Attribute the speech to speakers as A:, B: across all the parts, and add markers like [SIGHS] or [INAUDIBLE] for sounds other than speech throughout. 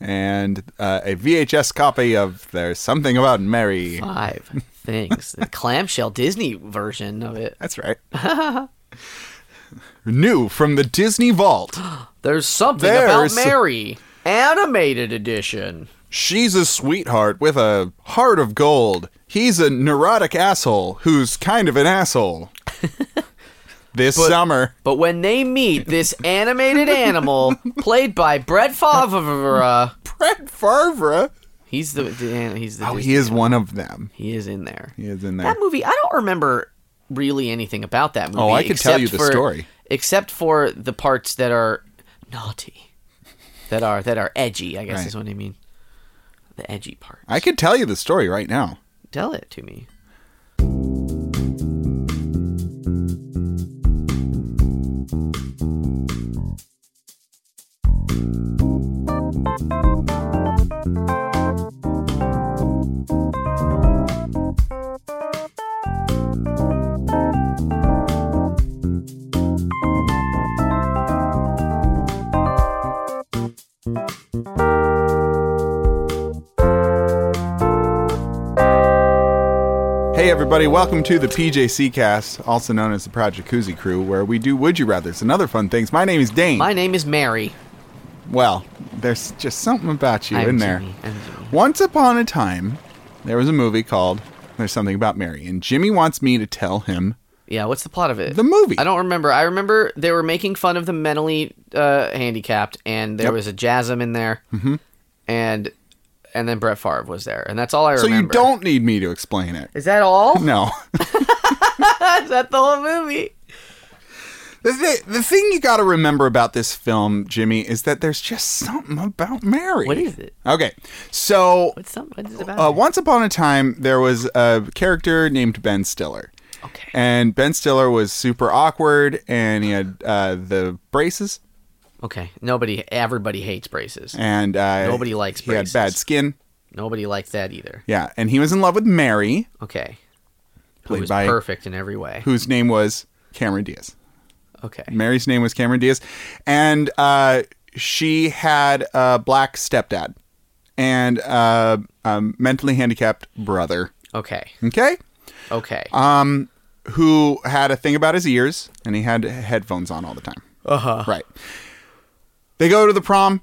A: and uh, a VHS copy of There's Something About Mary.
B: Five things. The clamshell Disney version of it.
A: That's right.
B: [LAUGHS]
A: New from the Disney Vault.
B: There's something
A: There's-
B: about Mary. Animated edition.
A: She's a sweetheart with a heart of gold. He's a neurotic asshole who's kind of an
B: [LAUGHS]
A: asshole. this summer.
B: But when they meet this animated animal played by Brett Favre,
A: Brett Favre.
B: he's the, the he's the
A: Oh,
B: Disney-
A: he is one of them.
B: he is in there.
A: He is in there.
B: That movie, I don't remember really anything about that movie.
A: Oh, I could tell
B: except
A: you the
B: for-
A: story.
B: except for the parts that are naughty, that are that are edgy. I guess
A: Right.
B: is what I mean. The edgy part.
A: I could tell you the story right now.
B: Tell it to me.
A: Hey, everybody, welcome to the PJC cast, also known as the Project Koozie Crew, where we do Would You Rathers and other fun things. My name is Dane.
B: My name is Mary.
A: well, there's just something about you
B: I'm
A: in there.
B: Jimmy. I'm Jimmy.
A: Once upon a time, there was a movie called There's Something About Mary, and Jimmy wants me to tell him
B: Yeah, what's the plot of it?
A: the movie.
B: I don't remember. I remember they were making fun of the mentally uh, handicapped, and there was a Jasm in there, mm-hmm. and and then Brett Favre was there, and that's all I
A: so
B: remember.
A: you don't need me to explain it.
B: Is that all? [LAUGHS]
A: No. [LAUGHS]
B: Is that the whole movie?
A: the, th- the thing you got to remember about this film, Jimmy, is that there's just something about Mary.
B: What is it?
A: Okay. So
B: What's some? What is it about?
A: Uh, once upon a time, there was a character named Ben Stiller.
B: Okay.
A: And Ben Stiller was super awkward, and he had uh, the braces,
B: okay. Nobody. Everybody hates braces.
A: and uh,
B: Nobody likes
A: he
B: braces.
A: had bad skin.
B: Nobody likes that either.
A: Yeah, and he was in love with Mary,
B: Okay.
A: Played
B: Who was
A: by-
B: perfect in every way.
A: whose name was Cameron Diaz.
B: Okay.
A: Mary's name was Cameron Diaz, and uh, she had a black stepdad and uh, a mentally handicapped brother.
B: Okay.
A: Okay,
B: Okay.
A: um, who had a thing about his ears, and he had headphones on all the time.
B: Uh huh.
A: [LAUGHS] Right. They go to the prom,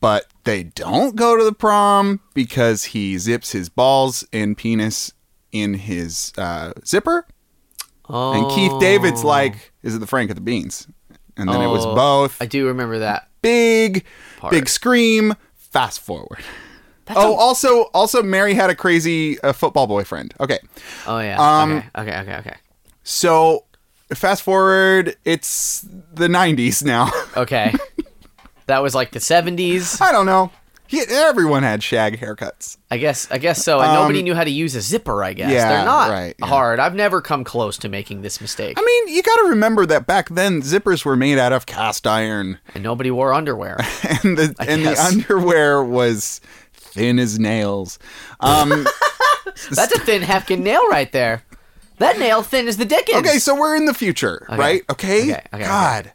A: but they don't go to the prom because he zips his balls and penis in his uh, zipper.
B: Oh.
A: And Keith David's like, "Is it the Frank or the Beans?" And then it was
B: Oh.
A: both.
B: I do remember that.
A: Big,
B: Part.
A: big scream. Fast forward.
B: That's
A: Oh,
B: a-
A: also, also, Mary had a crazy uh, football boyfriend. Okay,
B: Oh yeah.
A: Um,
B: okay. Okay. Okay. Okay.
A: so fast forward. It's the '90s now. [LAUGHS]
B: Okay. that was like the seventies.
A: I don't know. He, everyone had shag haircuts.
B: I guess. I guess so. And nobody knew how to use a zipper. I guess
A: Um, yeah,
B: they're not
A: right, yeah.
B: hard. I've never come close to making this mistake.
A: I mean, you got to remember that back then zippers were made out of cast iron, [LAUGHS]
B: and nobody wore underwear.
A: and the and the
B: guess.
A: underwear was thin as nails. Um,
B: That's a thin hefkin nail right there. That nail thin as the Dickens.
A: okay, so we're in the future, right? Okay,
B: Okay, okay,
A: God.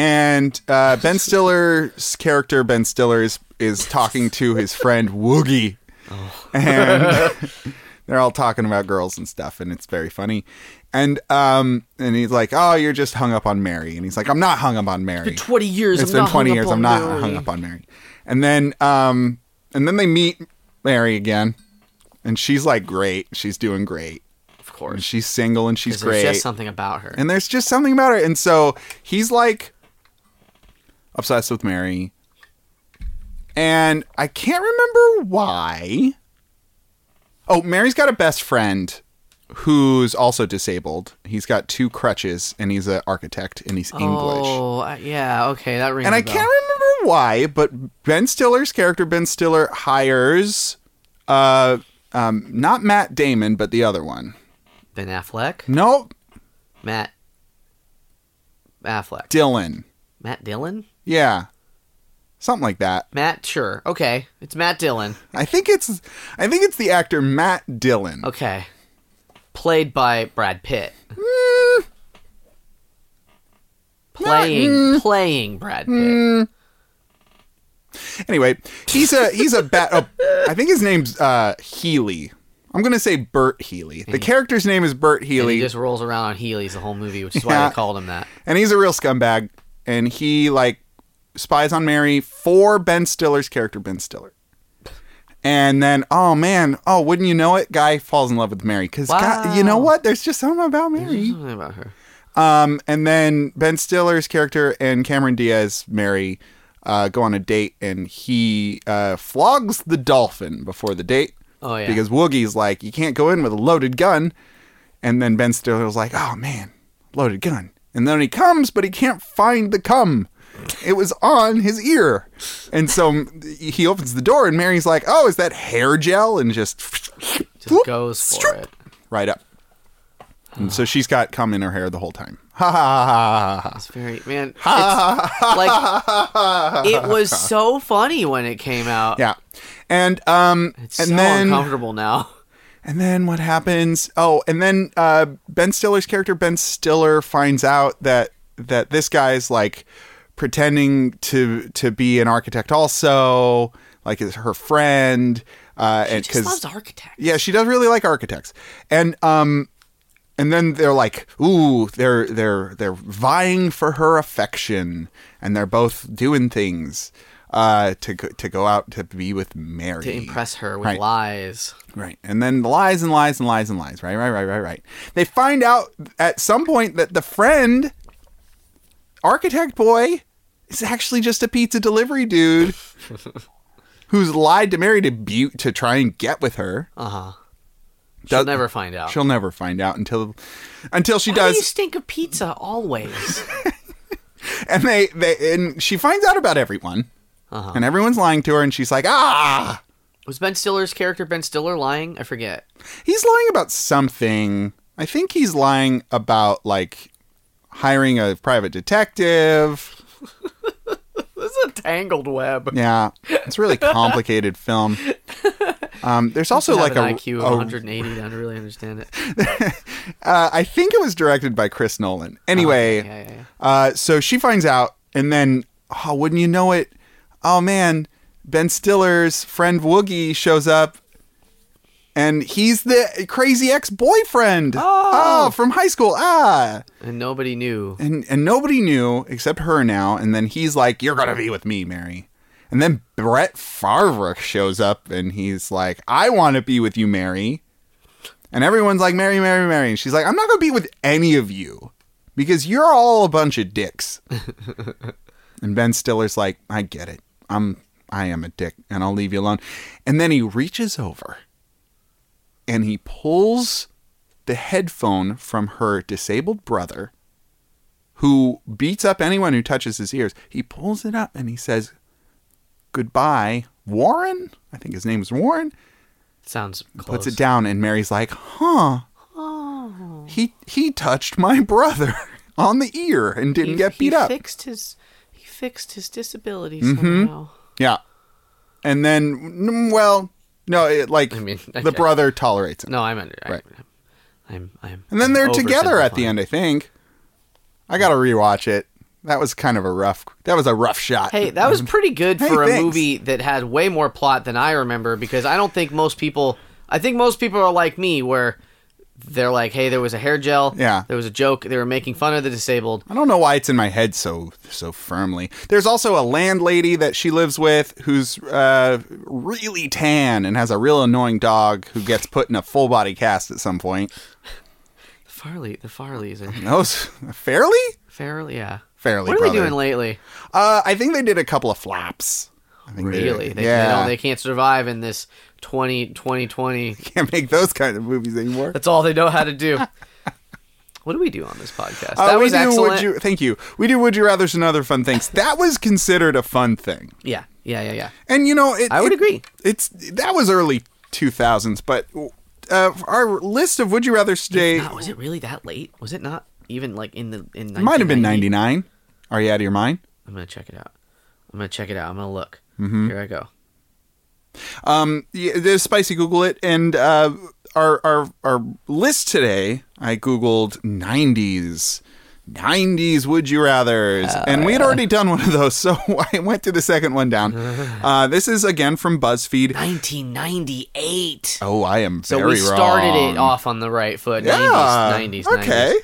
A: And uh,
B: [LAUGHS]
A: Ben Stiller's character, Ben Stiller, is is talking to his friend Woogie,
B: Oh.
A: and
B: [LAUGHS]
A: they're all talking about girls and stuff, and it's very funny. And um, and he's like, "Oh, you're just hung up on Mary," and he's like, "I'm not hung up on Mary."
B: Twenty years.
A: It's
B: I'm
A: been
B: not
A: 20
B: hung
A: years.
B: up
A: I'm
B: on
A: not
B: Mary.
A: hung up on Mary. And then, um, and then they meet Mary again, and she's like great. She's doing great.
B: Of
A: And
B: course.
A: she's single and she's
B: There's
A: great.
B: just something about her.
A: and there's just something about her. And so he's like obsessed with Mary. And I can't remember why. Oh, Mary's got a best friend who's also disabled. He's got two crutches and he's an architect and he's English.
B: Oh I- yeah. Okay. That rings.
A: And
B: a
A: I
B: bell.
A: can't remember why, but Ben Stiller's character, Ben Stiller, hires uh um not Matt Damon, but the other one.
B: Ben Affleck.
A: No,
B: Matt. Affleck.
A: Dylan.
B: Matt Dillon.
A: Yeah. Something like that.
B: Matt. Sure. Okay. It's Matt Dillon.
A: I think it's I think it's the actor Matt Dillon.
B: Okay. Played by Brad Pitt.
A: Mm. Mm.
B: Playing, playing Brad Pitt.
A: Anyway, he's a he's a bat. Oh, I think his name's uh, Healy. I'm gonna say Bert Healy. The character's name is Bert
B: Hmm. And
A: Healy,
B: he just rolls around on Heelys the whole movie, which is why
A: Yeah.
B: they called him that.
A: and he's a real scumbag. And he like spies on Mary for Ben Stiller's character, Ben Stiller. And then, oh man, oh wouldn't you know it, guy falls in love with Mary because you know
B: Wow.
A: what? There's just something about Mary.
B: Something about her.
A: Um, and then Ben Stiller's character and Cameron Diaz, Mary, uh, go on a date, and he uh, flogs the dolphin before the date.
B: Oh, yeah.
A: Because Woogie's like, you can't go in with a loaded gun. And then Ben Stiller's like, oh man, loaded gun. And then he comes, but he can't find the cum. It was on his ear. And so he opens the door, and Mary's like, oh, is that hair gel? And just,
B: Just goes for it.
A: right up. And so she's got cum in her hair the whole time. [LAUGHS] Ha ha ha ha ha. ha.
B: It's very
A: [LAUGHS]
B: man. It's, like it was so funny when it came out.
A: Yeah. And um
B: It's
A: and
B: so
A: then [LAUGHS]
B: uncomfortable now.
A: and then what happens? Oh, and then uh Ben Stiller's character Ben Stiller finds out that that this guy's like pretending to to be an architect also, like is her friend uh and
B: Just loves
A: cuz
B: architect.
A: yeah, she does really like architects. And um and then they're like, ooh, they're they're they're vying for her affection and they're both doing things uh to go, to go out to be with Mary
B: To impress her with
A: Right.
B: lies.
A: Right. And then lies and lies and lies and lies. Right, right, right, right, right. They find out at some point that the friend, architect boy, is actually just a pizza delivery
B: [LAUGHS]
A: dude who's lied to Mary to, be- to try and get with her.
B: Uh huh. She'll
A: Does-
B: never find out.
A: She'll never find out until until she
B: Why do you
A: does.
B: stink of pizza always?
A: And they, they and she finds out about everyone.
B: Uh-huh.
A: And everyone's lying to her and she's like, "Ah,
B: was Ben Stiller's character Ben Stiller lying? I forget.
A: He's lying about something. I think he's lying about like hiring a private detective.
B: This is a tangled web.
A: Yeah, it's a really complicated film.
B: [LAUGHS]
A: Um, there's also
B: Have
A: like
B: an
A: a,
B: IQ of
A: a-
B: 180. I don't really
A: [LAUGHS]
B: understand it.
A: uh, I think it was directed by Chris Nolan. Anyway,
B: Uh-huh. Yeah, yeah, yeah.
A: Uh, so she finds out, and then, oh, wouldn't you know it? Oh man, Ben Stiller's friend Woogie shows up, and he's the crazy ex-boyfriend.
B: Oh.
A: oh from high school. Ah,
B: And nobody knew.
A: and and nobody knew except her now. And then he's like, "You're gonna be with me, Mary." And then Brett Favre shows up, and he's like, "I want to be with you, Mary." And everyone's like, "Mary, Mary, Mary," and she's like, "I'm not gonna be with any of you because you're all a bunch of dicks." and Ben Stiller's like, "I get it. I'm I am a dick, and I'll leave you alone." And then he reaches over, and he pulls the headphone from her disabled brother who beats up anyone who touches his ears. He pulls it up and he says, Goodbye, Warren. I think his name is Warren.
B: Sounds close. Oh,
A: Puts it down and Mary's like, Huh. He he touched my [LAUGHS] brother on the ear and didn't get beat up. Mm-hmm.
B: Fixed his, he fixed his disability somehow.
A: yeah. And then mm, well, no, it, like
B: I mean, [LAUGHS]
A: the
B: okay.
A: brother tolerates him.
B: No, I'm under.
A: Right.
B: I, I'm, I'm.
A: And then they're
B: I'm
A: together at the
B: oversimplifying.
A: end, I think. I got to rewatch it. That was kind of a rough that was a rough shot.
B: Hey, that was pretty good
A: Um, Hey,
B: for a
A: thanks.
B: movie that had way more plot than I remember because I don't think most people. I think most people are like me, where they're like, "Hey, there was a hair gel.
A: Yeah.
B: there was a joke. They were making fun of the disabled.
A: I don't know why it's in my head so so firmly. There's also a landlady that she lives with who's uh, really tan and has a real annoying dog who gets put in a full body cast at some point.
B: The Farley, the Farleys, are
A: Those [LAUGHS] fairly,
B: Farley, yeah.
A: fairly.
B: What are
A: brother.
B: they doing lately?
A: Uh, I think they did a couple of flaps. I think they did.
B: Really, they,
A: yeah,
B: they, don't, they can't survive in this 20,
A: [LAUGHS]
B: 2020.
A: can't make those kind of movies anymore.
B: That's all they know how to
A: [LAUGHS]
B: do. what do we do on this podcast?
A: Uh,
B: that
A: we
B: was
A: do
B: excellent.
A: Would you, thank you. We do Would You Rather's and other fun things. That was considered a fun thing.
B: Yeah, yeah, yeah, yeah.
A: And you know, it,
B: I would
A: it-
B: agree.
A: It's that was early 2000s, but uh, our list of would you rather stay
B: Wow, was it really that late? Was it not even like in the in?
A: it might have been
B: 1990?
A: 99. Are you out of your mind?
B: I'm gonna check it out. I'm gonna check it out. I'm gonna look.
A: Mm-hmm.
B: Here I go.
A: Um, yeah, there's spicy Google it, and uh, our our our list today. I googled 90s 90s would you rathers
B: Oh,
A: and we had already done one of those [LAUGHS] so i went to the second one
B: [LAUGHS]
A: down uh, this is again from buzzfeed
B: 1998.
A: oh i am
B: So
A: very
B: we started
A: wrong.
B: it off on the right foot.
A: yeah
B: 90s, 90s, 90s.
A: okay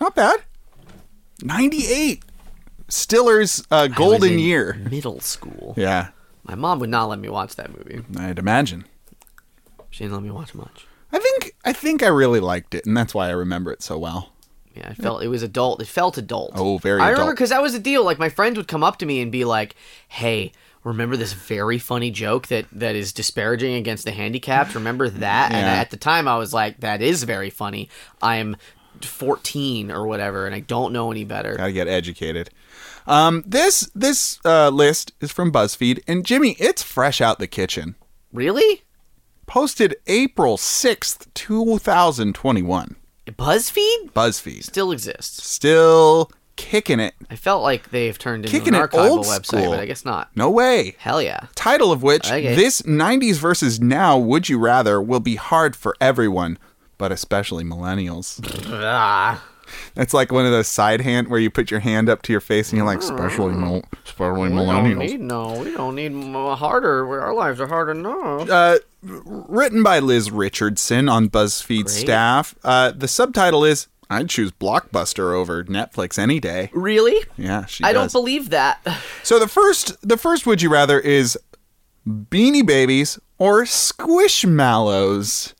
A: not bad 98 stiller's uh,
B: I was
A: golden
B: in
A: year
B: Middle school.
A: yeah
B: My mom would not let me watch that movie.
A: i'd imagine
B: She didn't let me watch much.
A: i think i think i really liked it and that's why i remember it so well
B: Yeah, it felt it was adult. It felt adult.
A: Oh, very
B: I remember
A: adult.
B: because that was the deal. Like my friends would come up to me and be like, "Hey, remember this very funny joke that that is disparaging against the handicapped? Remember that?" And
A: Yeah.
B: at the time, I was like, "That is very funny." I'm 14 or whatever, and I don't know any better.
A: gotta get educated um, this this uh, list is from buzzfeed and jimmy it's fresh out the kitchen
B: Really?
A: posted April 6th, 2021.
B: BuzzFeed
A: BuzzFeed.
B: still exists.
A: Still kicking it.
B: I felt like they've turned into
A: Kicking
B: an
A: it
B: archival
A: old
B: website,
A: school.
B: but I guess not.
A: No way.
B: Hell yeah.
A: Title of which,
B: Okay.
A: this 90s versus now, would you rather, will be hard for everyone, but especially
B: [LAUGHS]
A: millennials.
B: Ah.
A: It's like one of those side hand where you put your hand up to your face and you're like, especially, mil- especially
B: We don't
A: millennials.
B: need no. We don't need m- harder. we- Our lives are hard enough.
A: uh, written by Liz Richardson on BuzzFeed staff. Uh, the subtitle is I'd choose Blockbuster over Netflix any day.
B: Really?
A: Yeah, she
B: I
A: does.
B: don't believe [LAUGHS] that.
A: So the first, the first, would you rather is Beanie Babies or Squishmallows?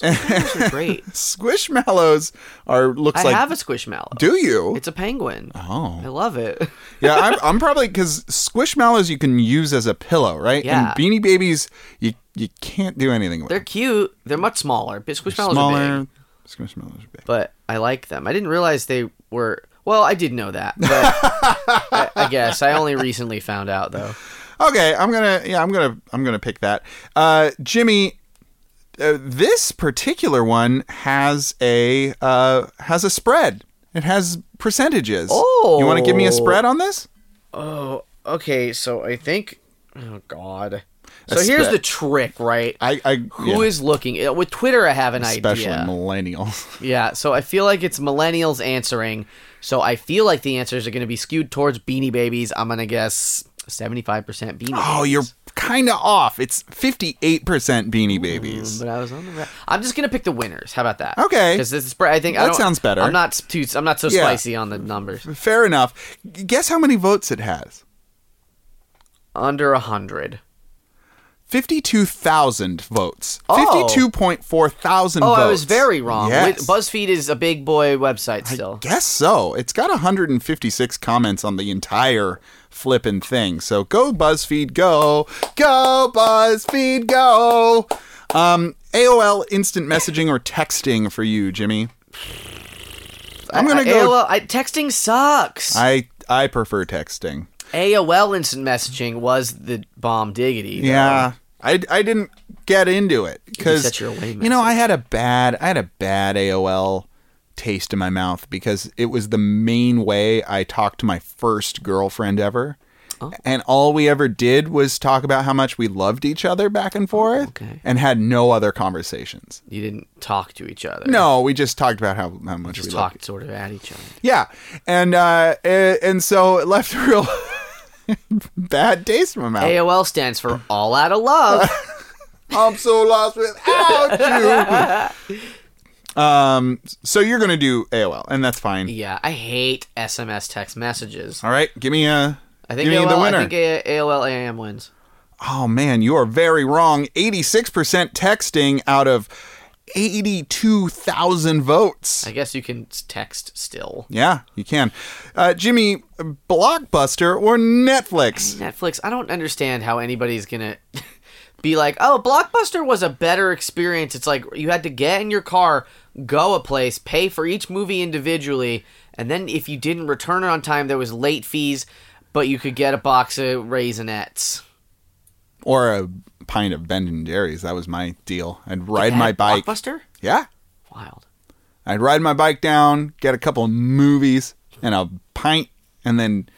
B: Those are great.
A: Squishmallows are looks
B: I
A: like.
B: have a squishmallow.
A: do you?
B: It's a penguin. I
A: Oh,
B: love it. [LAUGHS]
A: yeah. I'm, I'm probably because Squishmallows you can use as a pillow, right?
B: Yeah.
A: And Beanie Babies you you can't do anything with.
B: They're cute. They're much smaller. But squishmallows are
A: smaller.
B: big,
A: Squishmallows are big.
B: but I like them. I didn't realize they were. Well, I did know that, but I, I guess I only recently found out though.
A: Okay, I'm gonna yeah, I'm gonna I'm gonna pick that. Uh, Jimmy, uh, this particular one has a uh, has a spread. It has percentages.
B: Oh.
A: you want to give me a spread on this?
B: Oh, okay. So I think. Oh God.
A: A
B: So here's
A: spit.
B: the trick, right?
A: I, I
B: Who is looking? Uh, With Twitter, I have an
A: especially
B: idea.
A: millennials. [LAUGHS]
B: Yeah, so I feel like it's millennials answering. So I feel like the answers are going to be skewed towards Beanie Babies. I'm going to guess 75% Beanie.
A: Oh,
B: Babies.
A: you're kind of off. It's 58 percent Beanie Babies.
B: But I was on the. Ra- I'm just going to pick the winners. How about that?
A: Okay.
B: Because this is. I think I
A: That
B: don't-
A: sounds better.
B: I'm not too. I'm not so
A: Yeah.
B: spicy on the numbers.
A: Fair enough. G- Guess how many votes it has?
B: Under a hundred.
A: 52,000 votes.
B: Oh.
A: 52.4 thousand
B: Oh,
A: votes.
B: I was very wrong.
A: Yes.
B: With- BuzzFeed is a big boy website still.
A: Guess so. It's got 156 comments on the entire flippin' thing. So go BuzzFeed, go, go BuzzFeed, go. Um, AOL instant messaging or texting for you,
B: [SIGHS]
A: Jimmy? I'm gonna
B: I-
A: go.
B: AOL, I, texting sucks.
A: I I prefer texting.
B: AOL instant messaging was the bomb diggity. though.
A: Yeah. I, I didn't get into it
B: set
A: because
B: your away
A: you know I had a bad I had a bad AOL taste in my mouth because it was the main way I talked to my first girlfriend ever.
B: Oh.
A: And all we ever did was talk about how much we loved each other back and forth
B: Oh, okay.
A: and had no other conversations.
B: You didn't talk to each other.
A: No, we just talked about how, how much
B: Just
A: we loved
B: talked sort of at each other.
A: yeah, and uh, a- and so it left a real [LAUGHS] bad taste in my mouth.
B: AOL stands for All Out
A: [LAUGHS]
B: of Love.
A: I'm so lost without you. um, so you're gonna do AOL, and that's fine.
B: yeah, I hate SMS text messages.
A: All right, give me a.
B: I think
A: give me
B: AOL,
A: the winner.
B: I think A- AOL AM wins.
A: oh man, you are very wrong. 86% texting out of 82,000 votes.
B: I guess you can s- text still.
A: yeah, you can. Uh, Jimmy, Blockbuster or Netflix?
B: Netflix, I don't understand how anybody's going to [LAUGHS] be like, "Oh, Blockbuster was a better experience." It's like you had to get in your car, go a place, pay for each movie individually, and then if you didn't return it on time, there was late fees, but you could get a box of Raisinets.
A: Or a pint of Ben and Jerry's. That was my deal. I'd ride
B: That
A: my bike.
B: Blockbuster?
A: Yeah.
B: Wild.
A: I'd ride my bike down, get a couple movies and a [LAUGHS] pint, and then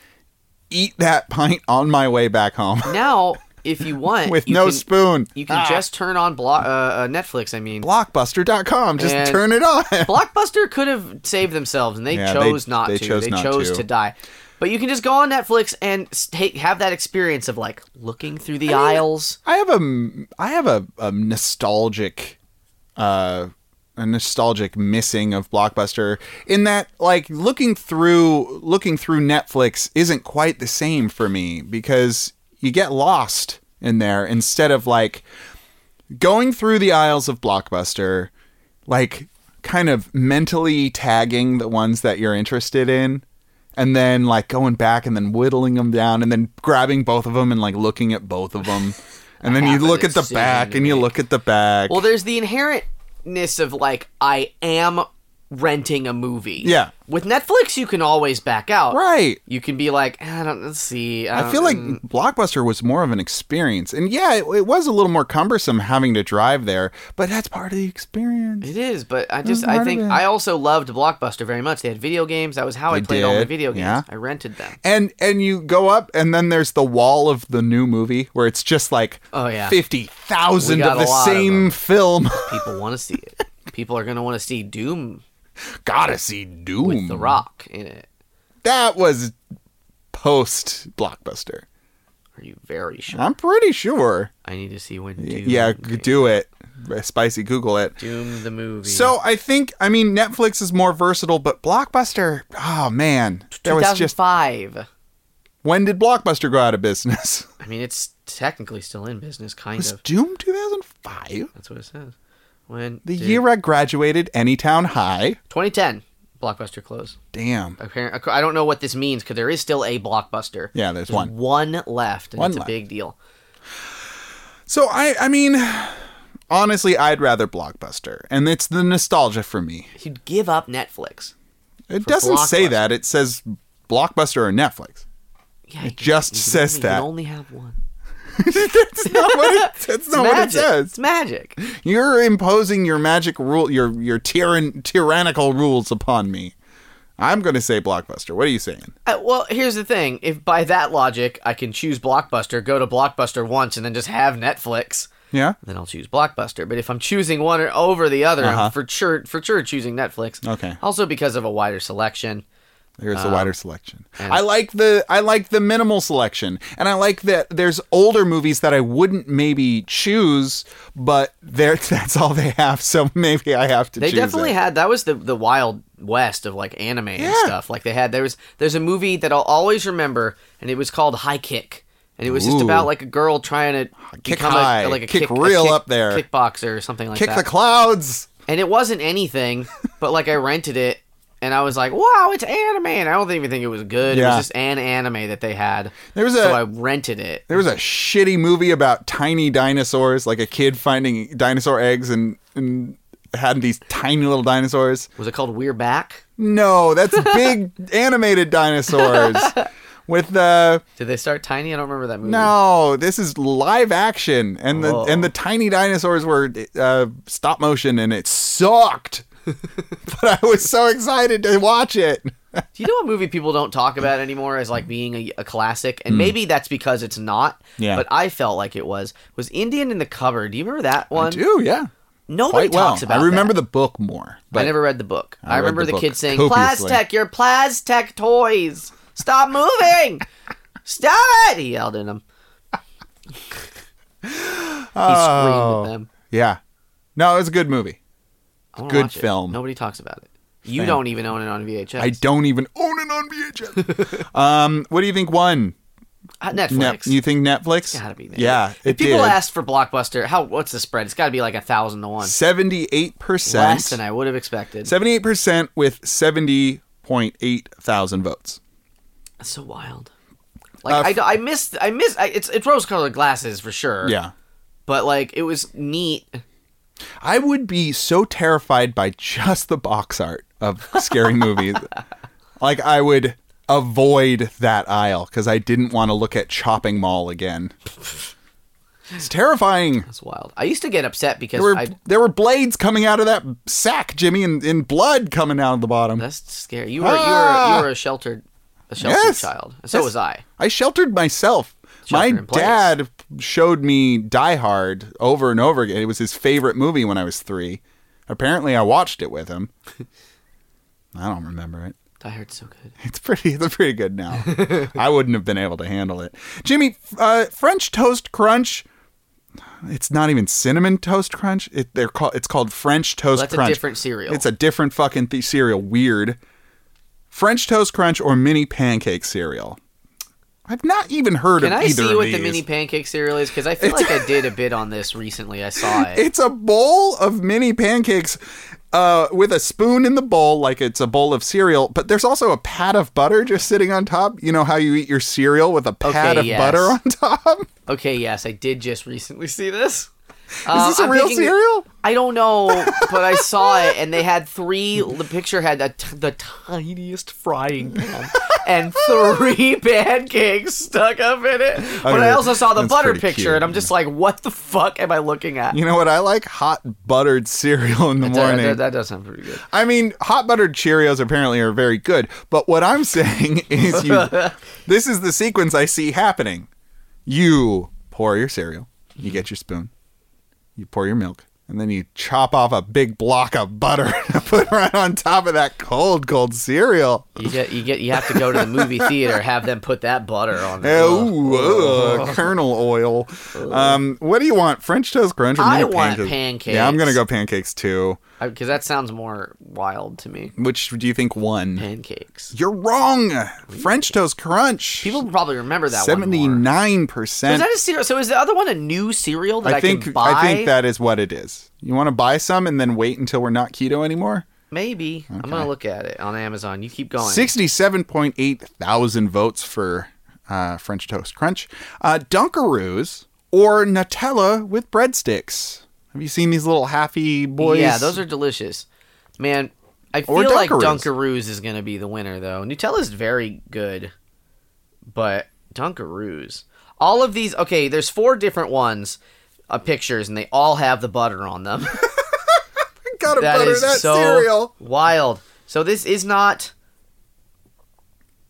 A: eat that pint on my way back home. [LAUGHS]
B: now if you want
A: with
B: you
A: no
B: can-
A: spoon.
B: You can just turn on Blo- uh, uh, Netflix. I mean,
A: Blockbuster.com. Just
B: And-
A: turn it on. [LAUGHS]
B: Blockbuster could have saved themselves, and they
A: Yeah, they-
B: chose not
A: they
B: to.
A: chose
B: they
A: not
B: chose
A: to.
B: to. die. But you can just go on Netflix and s- take, have that experience of like looking through the aisles.
A: I have a I have a, a nostalgic uh a nostalgic missing of blockbuster in that like looking through looking through Netflix isn't quite the same for me because you get lost in there instead of like going through the aisles of blockbuster like kind of mentally tagging the ones that you're interested in and then like going back and then whittling them down and then grabbing both of them and like looking at both of them and then you
B: [LAUGHS] have a
A: look at the
B: decision
A: back
B: to
A: and you
B: make.
A: look at the back
B: Well, there's the inherentness of like I am renting a movie.
A: Yeah.
B: With Netflix, you can always back out.
A: right
B: You can be like, "Ah, I don't let's see.
A: I feel like
B: don't-
A: Blockbuster was more of an experience. And yeah, it, it was a little more cumbersome having to drive there, but that's part of the experience.
B: It is, but I just
A: was part
B: I
A: of
B: think
A: it.
B: I also loved Blockbuster very much. They had video games. That was how I
A: They
B: played all my
A: did,
B: video games.
A: yeah.
B: I rented them.
A: And and you go up and then there's the wall of the new movie where it's just like
B: Oh, yeah.
A: 50,000
B: We
A: of
B: got
A: the
B: a lot of
A: same
B: them.
A: film. [LAUGHS]
B: People want to see it. People are gonna want to see Doom
A: Got to see Doom.
B: with The Rock in it.
A: That was post Blockbuster.
B: Are you very sure?
A: I'm pretty sure.
B: I need to see when
A: Y-
B: Doom.
A: yeah, g- do it. Spicy Google it.
B: Doom the movie.
A: So I think I mean Netflix is more versatile, but Blockbuster, oh man, there was just
B: 2005.
A: when did Blockbuster go out of business? [LAUGHS]
B: I mean, it's technically still in business, kind
A: was
B: of.
A: Doom 2005?
B: That's what it says. When
A: The
B: did-
A: year I graduated Anytown High.
B: 2010, Blockbuster closed.
A: Damn.
B: Apparent, I don't know what this means because there is still a Blockbuster.
A: Yeah, there's
B: Mm-hmm.
A: one.
B: one left, and
A: One
B: it's
A: left.
B: a big deal.
A: So I I mean honestly, I'd rather Blockbuster, and it's the nostalgia for me.
B: You'd give up Netflix.
A: It
B: For
A: doesn't say
B: Blockbuster.
A: that. It says Blockbuster or Netflix. [LAUGHS]
B: Yeah, it
A: just says
B: only,
A: that.
B: You only have one.
A: that's not
B: [LAUGHS]
A: what it, that's not what it
B: magic.
A: says.
B: It's magic.
A: You're imposing your magic rule, your your tyran- tyrannical rules upon me. I'm going to say Blockbuster. What are you saying?
B: Uh, well, here's the thing: if by that logic I can choose Blockbuster, go to Blockbuster once, and then just have Netflix,
A: Yeah.
B: then I'll choose Blockbuster. But if I'm choosing one or over the other,
A: Uh-huh.
B: I'm for sure for sure choosing Netflix.
A: Okay.
B: Also because of a wider selection.
A: There's
B: Um,
A: a wider selection. I like the I like the minimal selection, and I like that there's older movies that I wouldn't maybe choose, but there [LAUGHS] that's all they have, so maybe I have to.
B: They
A: choose
B: definitely
A: it.
B: had that was the the wild west of like anime and stuff. Like they had there was there's a movie that I'll always remember, and it was called High Kick, and it was just
A: Ooh.
B: about like a girl trying to
A: Kick
B: become
A: high.
B: a, like a
A: Kick
B: kick, a
A: real
B: kick-
A: up there.
B: kickboxer or something like
A: kick
B: that.
A: the clouds.
B: and it wasn't anything, but like I rented it. And I was like, "Wow, it's anime!" And I don't even think it was good. It
A: Yeah.
B: was just an anime that they had.
A: There was
B: so
A: a-
B: I rented it.
A: There was a shitty movie about tiny dinosaurs, like a kid finding dinosaur eggs and and had these tiny little dinosaurs.
B: Was it called We're Back?
A: No, that's
B: [LAUGHS]
A: big animated dinosaurs with the
B: Did they start tiny? I don't remember that movie.
A: no. This is live action, and the
B: Oh.
A: and the tiny dinosaurs were uh, stop motion, and it sucked. [LAUGHS] but I was so excited to watch it.
B: Do you know what movie people don't talk about anymore as like being a, a classic? And maybe that's because it's not.
A: Hmm. Yeah.
B: But I felt like it was. Was Indian in the Cupboard? Do you remember that one?
A: Do yeah,
B: Nobody
A: quite well.
B: talks about.
A: I remember
B: that.
A: the book more, but
B: I never read the book. I,
A: read
B: remember
A: the
B: the,
A: book
B: kid saying,
A: copiously.
B: "Plastec, your Plastec toys, stop moving, stop it!" He yelled at him. he
A: Oh.
B: screamed at them.
A: yeah, no, it was a good movie.
B: I wanna
A: Good
B: watch it.
A: film.
B: Nobody talks about it. You
A: Thank-
B: don't even own it on VHS.
A: I don't even own it on
B: [LAUGHS]
A: VHS. um, what do you think won?
B: Uh,
A: Net-
B: Netflix.
A: you think Netflix?
B: It's gotta be Netflix.
A: Yeah,
B: If
A: it
B: people
A: did.
B: asked for Blockbuster, how what's the spread? It's gotta be like a thousand to one.
A: Seventy-eight
B: Less than
A: percent.
B: I would have expected.
A: Seventy-eight percent with seventy point eight thousand votes.
B: That's so wild.
A: Uh,
B: Like I d I I, missed I missed I, it's it's rose colored glasses for sure.
A: Yeah,
B: But like it was neat.
A: I would be so terrified by just the box art of
B: [LAUGHS]
A: scary movies. Like I would avoid that aisle because I didn't want to look at Chopping Mall again. It's terrifying.
B: That's wild. I used to get upset because
A: There were
B: I
A: there were blades coming out of that sack, Jimmy, and, and blood coming out of the bottom.
B: that's scary. You were you
A: Ah!
B: were you were a sheltered a sheltered
A: Yes.
B: child. And so
A: Yes.
B: was I.
A: I sheltered myself.
B: Shelter
A: My
B: in place.
A: dad showed me Die Hard over and over again. It was his favorite movie when I was three. Apparently, I watched it with
B: [LAUGHS]
A: him. I don't remember it.
B: Die Hard's so good.
A: [LAUGHS] It's pretty. It's pretty good
B: [LAUGHS]
A: now. I wouldn't have been able to handle it. Jimmy, uh, French toast crunch. It's not even cinnamon toast crunch. It, they're called. It's called French toast
B: That's
A: crunch.
B: a different cereal.
A: It's a different fucking th- cereal. Weird. French toast crunch or mini pancake cereal. I've not even heard
B: Can
A: of
B: I
A: either
B: see
A: of
B: what
A: these.
B: the mini pancake cereal is? Because I feel like I
A: [LAUGHS]
B: did a bit on this recently. I saw it.
A: It's a bowl of mini pancakes uh, with a spoon in the bowl, like it's a bowl of cereal, but there's also a pat of butter just sitting on top. You know how you eat your cereal with a pat
B: Okay,
A: of
B: yes.
A: butter on top? [LAUGHS] Is
B: Okay, yes, I did just recently see this. Uh, Is
A: this a real cereal?
B: I don't know, but
A: [LAUGHS]
B: I saw it, and they had three. The picture had a t- the tiniest frying pan and
A: [LAUGHS]
B: three pancakes stuck up in it. But I
A: mean,
B: also saw the
A: that's
B: butter
A: pretty
B: picture,
A: cute,
B: and I'm just like, what the fuck am I looking at?
A: You know what I like? Hot buttered cereal in the
B: That,
A: morning.
B: that, that does sound pretty good.
A: I mean, hot buttered Cheerios apparently are very good, but what I'm [LAUGHS] saying is
B: [LAUGHS]
A: you this is the sequence I see happening. You pour your cereal, you get your spoon, you pour your milk, and then you chop off a big block of butter [LAUGHS] to put right on top of that cold, cold cereal.
B: You get, you get, you have to go to
A: [LAUGHS]
B: the movie theater, have them put that butter on. Uh-huh. it.
A: Oh, whoa, kernel oil. Um, what do you want? French toast crunch or
B: I
A: mini
B: want
A: pancakes?
B: pancakes.
A: Yeah, I'm gonna go pancakes too.
B: because that sounds more wild to me.
A: Which do you think won?
B: Pancakes.
A: You're wrong. French toast crunch.
B: People probably remember that one. more.
A: Seventy-nine
B: Is
A: percent.
B: that a cereal? So is the other one a new cereal that I,
A: I think
B: can buy?
A: I think that is what it is. You want to buy some and then wait until we're not keto anymore.
B: maybe I'm gonna look at it on Amazon. You keep going.
A: Sixty-seven point eight thousand votes for uh, French Toast Crunch, uh, Dunkaroos, or Nutella with breadsticks. Have you seen these little halfy boys?
B: Yeah, those are delicious, man. I feel
A: Or
B: like
A: Dunkaroos.
B: Dunkaroos is gonna be the winner though. Nutella's very good, but Dunkaroos. All of these. Okay, there's four different ones, uh, pictures, and they all have the butter on them.
A: gotta
B: That
A: [LAUGHS] butter
B: is
A: that
B: so
A: cereal.
B: wild. So this is not.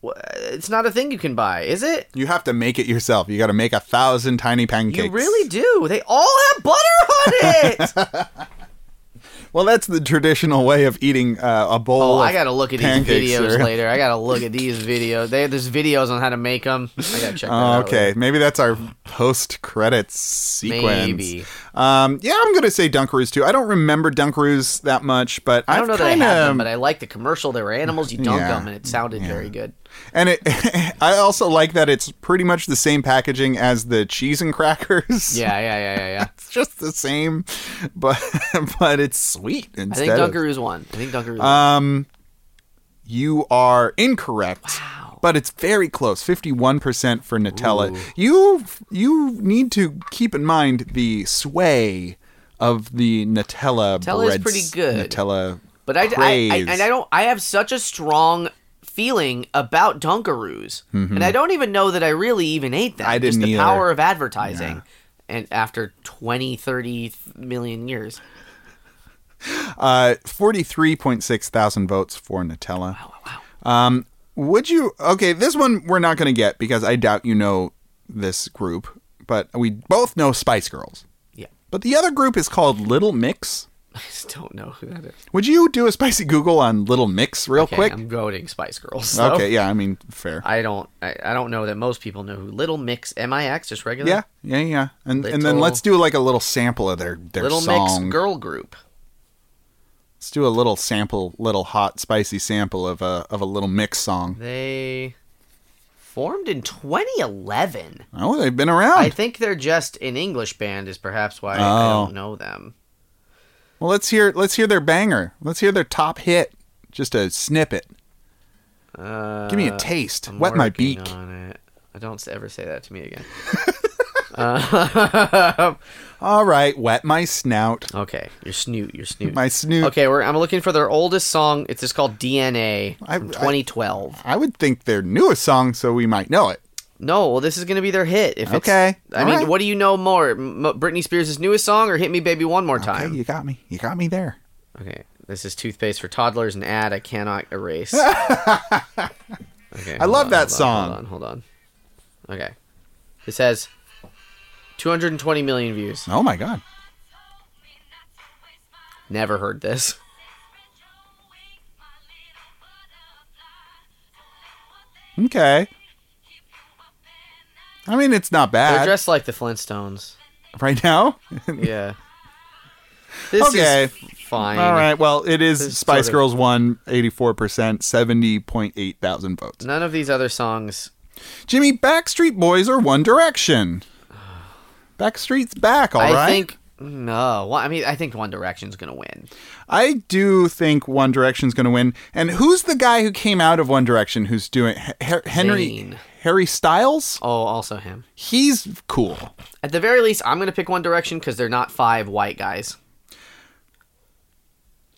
B: wh- It's not a thing you can buy, is it?
A: You have to make it yourself. You got to make a thousand tiny pancakes.
B: You really do. They all have butter on
A: [LAUGHS]
B: it.
A: Well, that's the traditional way of eating uh, a bowl.
B: oh,
A: of
B: I gotta look at these
A: pancake
B: videos
A: cereal.
B: later. I
A: [LAUGHS]
B: gotta look at these videos. They, there's videos on how to make them. I gotta check. That
A: Oh,
B: out
A: okay.
B: later.
A: Maybe that's our post credits sequence.
B: Maybe.
A: Um, yeah, I'm gonna say Dunkaroos too. I don't remember Dunkaroos that much, but
B: I don't know
A: have
B: that I
A: kinda,
B: have them, but I like the commercial. There were animals. You dunk
A: Yeah.
B: them, and it sounded very good.
A: and it, [LAUGHS] I also like that it's pretty much the same packaging as the cheese and crackers.
B: Yeah, yeah, yeah, yeah, yeah.
A: [LAUGHS] it's just the same, but [LAUGHS] but it's sweet
B: I think
A: instead. of-
B: Dunkaroos won. I think Dunkaroos. won.
A: um, you are incorrect.
B: Wow.
A: But it's very close, fifty-one percent for Nutella. You you need to keep in mind the sway of the Nutella.
B: Nutella's
A: breads-
B: pretty good.
A: Nutella,
B: But I, I, I,
A: craze.
B: and I don't. I have such a strong feeling about Dunkaroos, and I don't even know that I really even ate them.
A: Mm-hmm. I
B: Just
A: didn't
B: the
A: either.
B: power of advertising, and after 20, 30 million years.
A: Uh, Forty-three point six thousand votes for Nutella.
B: Oh,
A: Um, would you? Okay, this one we're not going to get because I doubt you know this group, but we both know Spice Girls.
B: Yeah, [LAUGHS]
A: But the other group is called Little Mix.
B: I just don't know who that is.
A: Would you do a spicy Google on Little Mix real
B: Okay,
A: Oh, quick?
B: I'm goading Spice Girls. so
A: okay, yeah, I mean, fair.
B: I don't. I, I don't know that most people know who Little Mix M I X just regular.
A: Yeah, yeah, yeah. And and then
B: Little-
A: let's do like a little sample of their their
B: Little
A: song.
B: Mix girl group.
A: Let's do a little sample, little hot spicy sample of a of a little mix song.
B: They formed in 2011.
A: Oh, they've been around.
B: I think they're just an English band is perhaps why I
A: Oh.
B: don't know them.
A: well, let's hear let's hear their banger. Let's hear their top hit. Just a snippet.
B: Uh,
A: Give me a taste.
B: I'm
A: Wet my
B: working
A: beak.
B: on it. I don't s- ever say that to me again. Uh,
A: All right, wet my snout.
B: okay, your snoot, your snoot.
A: My snoot.
B: okay, we're, I'm looking for their oldest song. It's just called DNA
A: I-
B: from
A: I-
B: 2012.
A: I would think their newest song, so we might know it.
B: no, well, this is going to be their hit. If it's-
A: Okay,
B: I
A: all
B: mean,
A: right.
B: what do you know more, M- Britney Spears' newest song or "Hit Me, Baby, One More
A: Hey,
B: Time"?
A: you got me. You got me there.
B: Okay, this is toothpaste for toddlers, an ad I cannot
A: [LAUGHS]
B: erase. okay, I
A: love that song.
B: Hold on, hold on. Okay, it says, 220 million views.
A: Oh my god.
B: Never
A: [LAUGHS]
B: heard this.
A: Okay. I mean, it's not
B: They're
A: bad
B: dressed like
A: [LAUGHS]
B: the Flintstones.
A: right now.
B: Yeah. This
A: Okay.
B: is f- fine.
A: All right. Well, it
B: This
A: is
B: is
A: Spice
B: sort of-
A: Girls won 84%, 70.8 thousand votes.
B: None of these other songs.
A: Jimmy, Backstreet Boys or One Direction? Backstreet's back, all right.
B: I think no. Well, I mean, I think One Direction's gonna win.
A: I do think One Direction's going to win. And who's the guy who came out of One Direction who's doing H- H- Henry
B: Zayn.
A: Harry Styles?
B: Oh, also him.
A: He's cool.
B: At the very least, I'm gonna pick One Direction because they're not five white guys.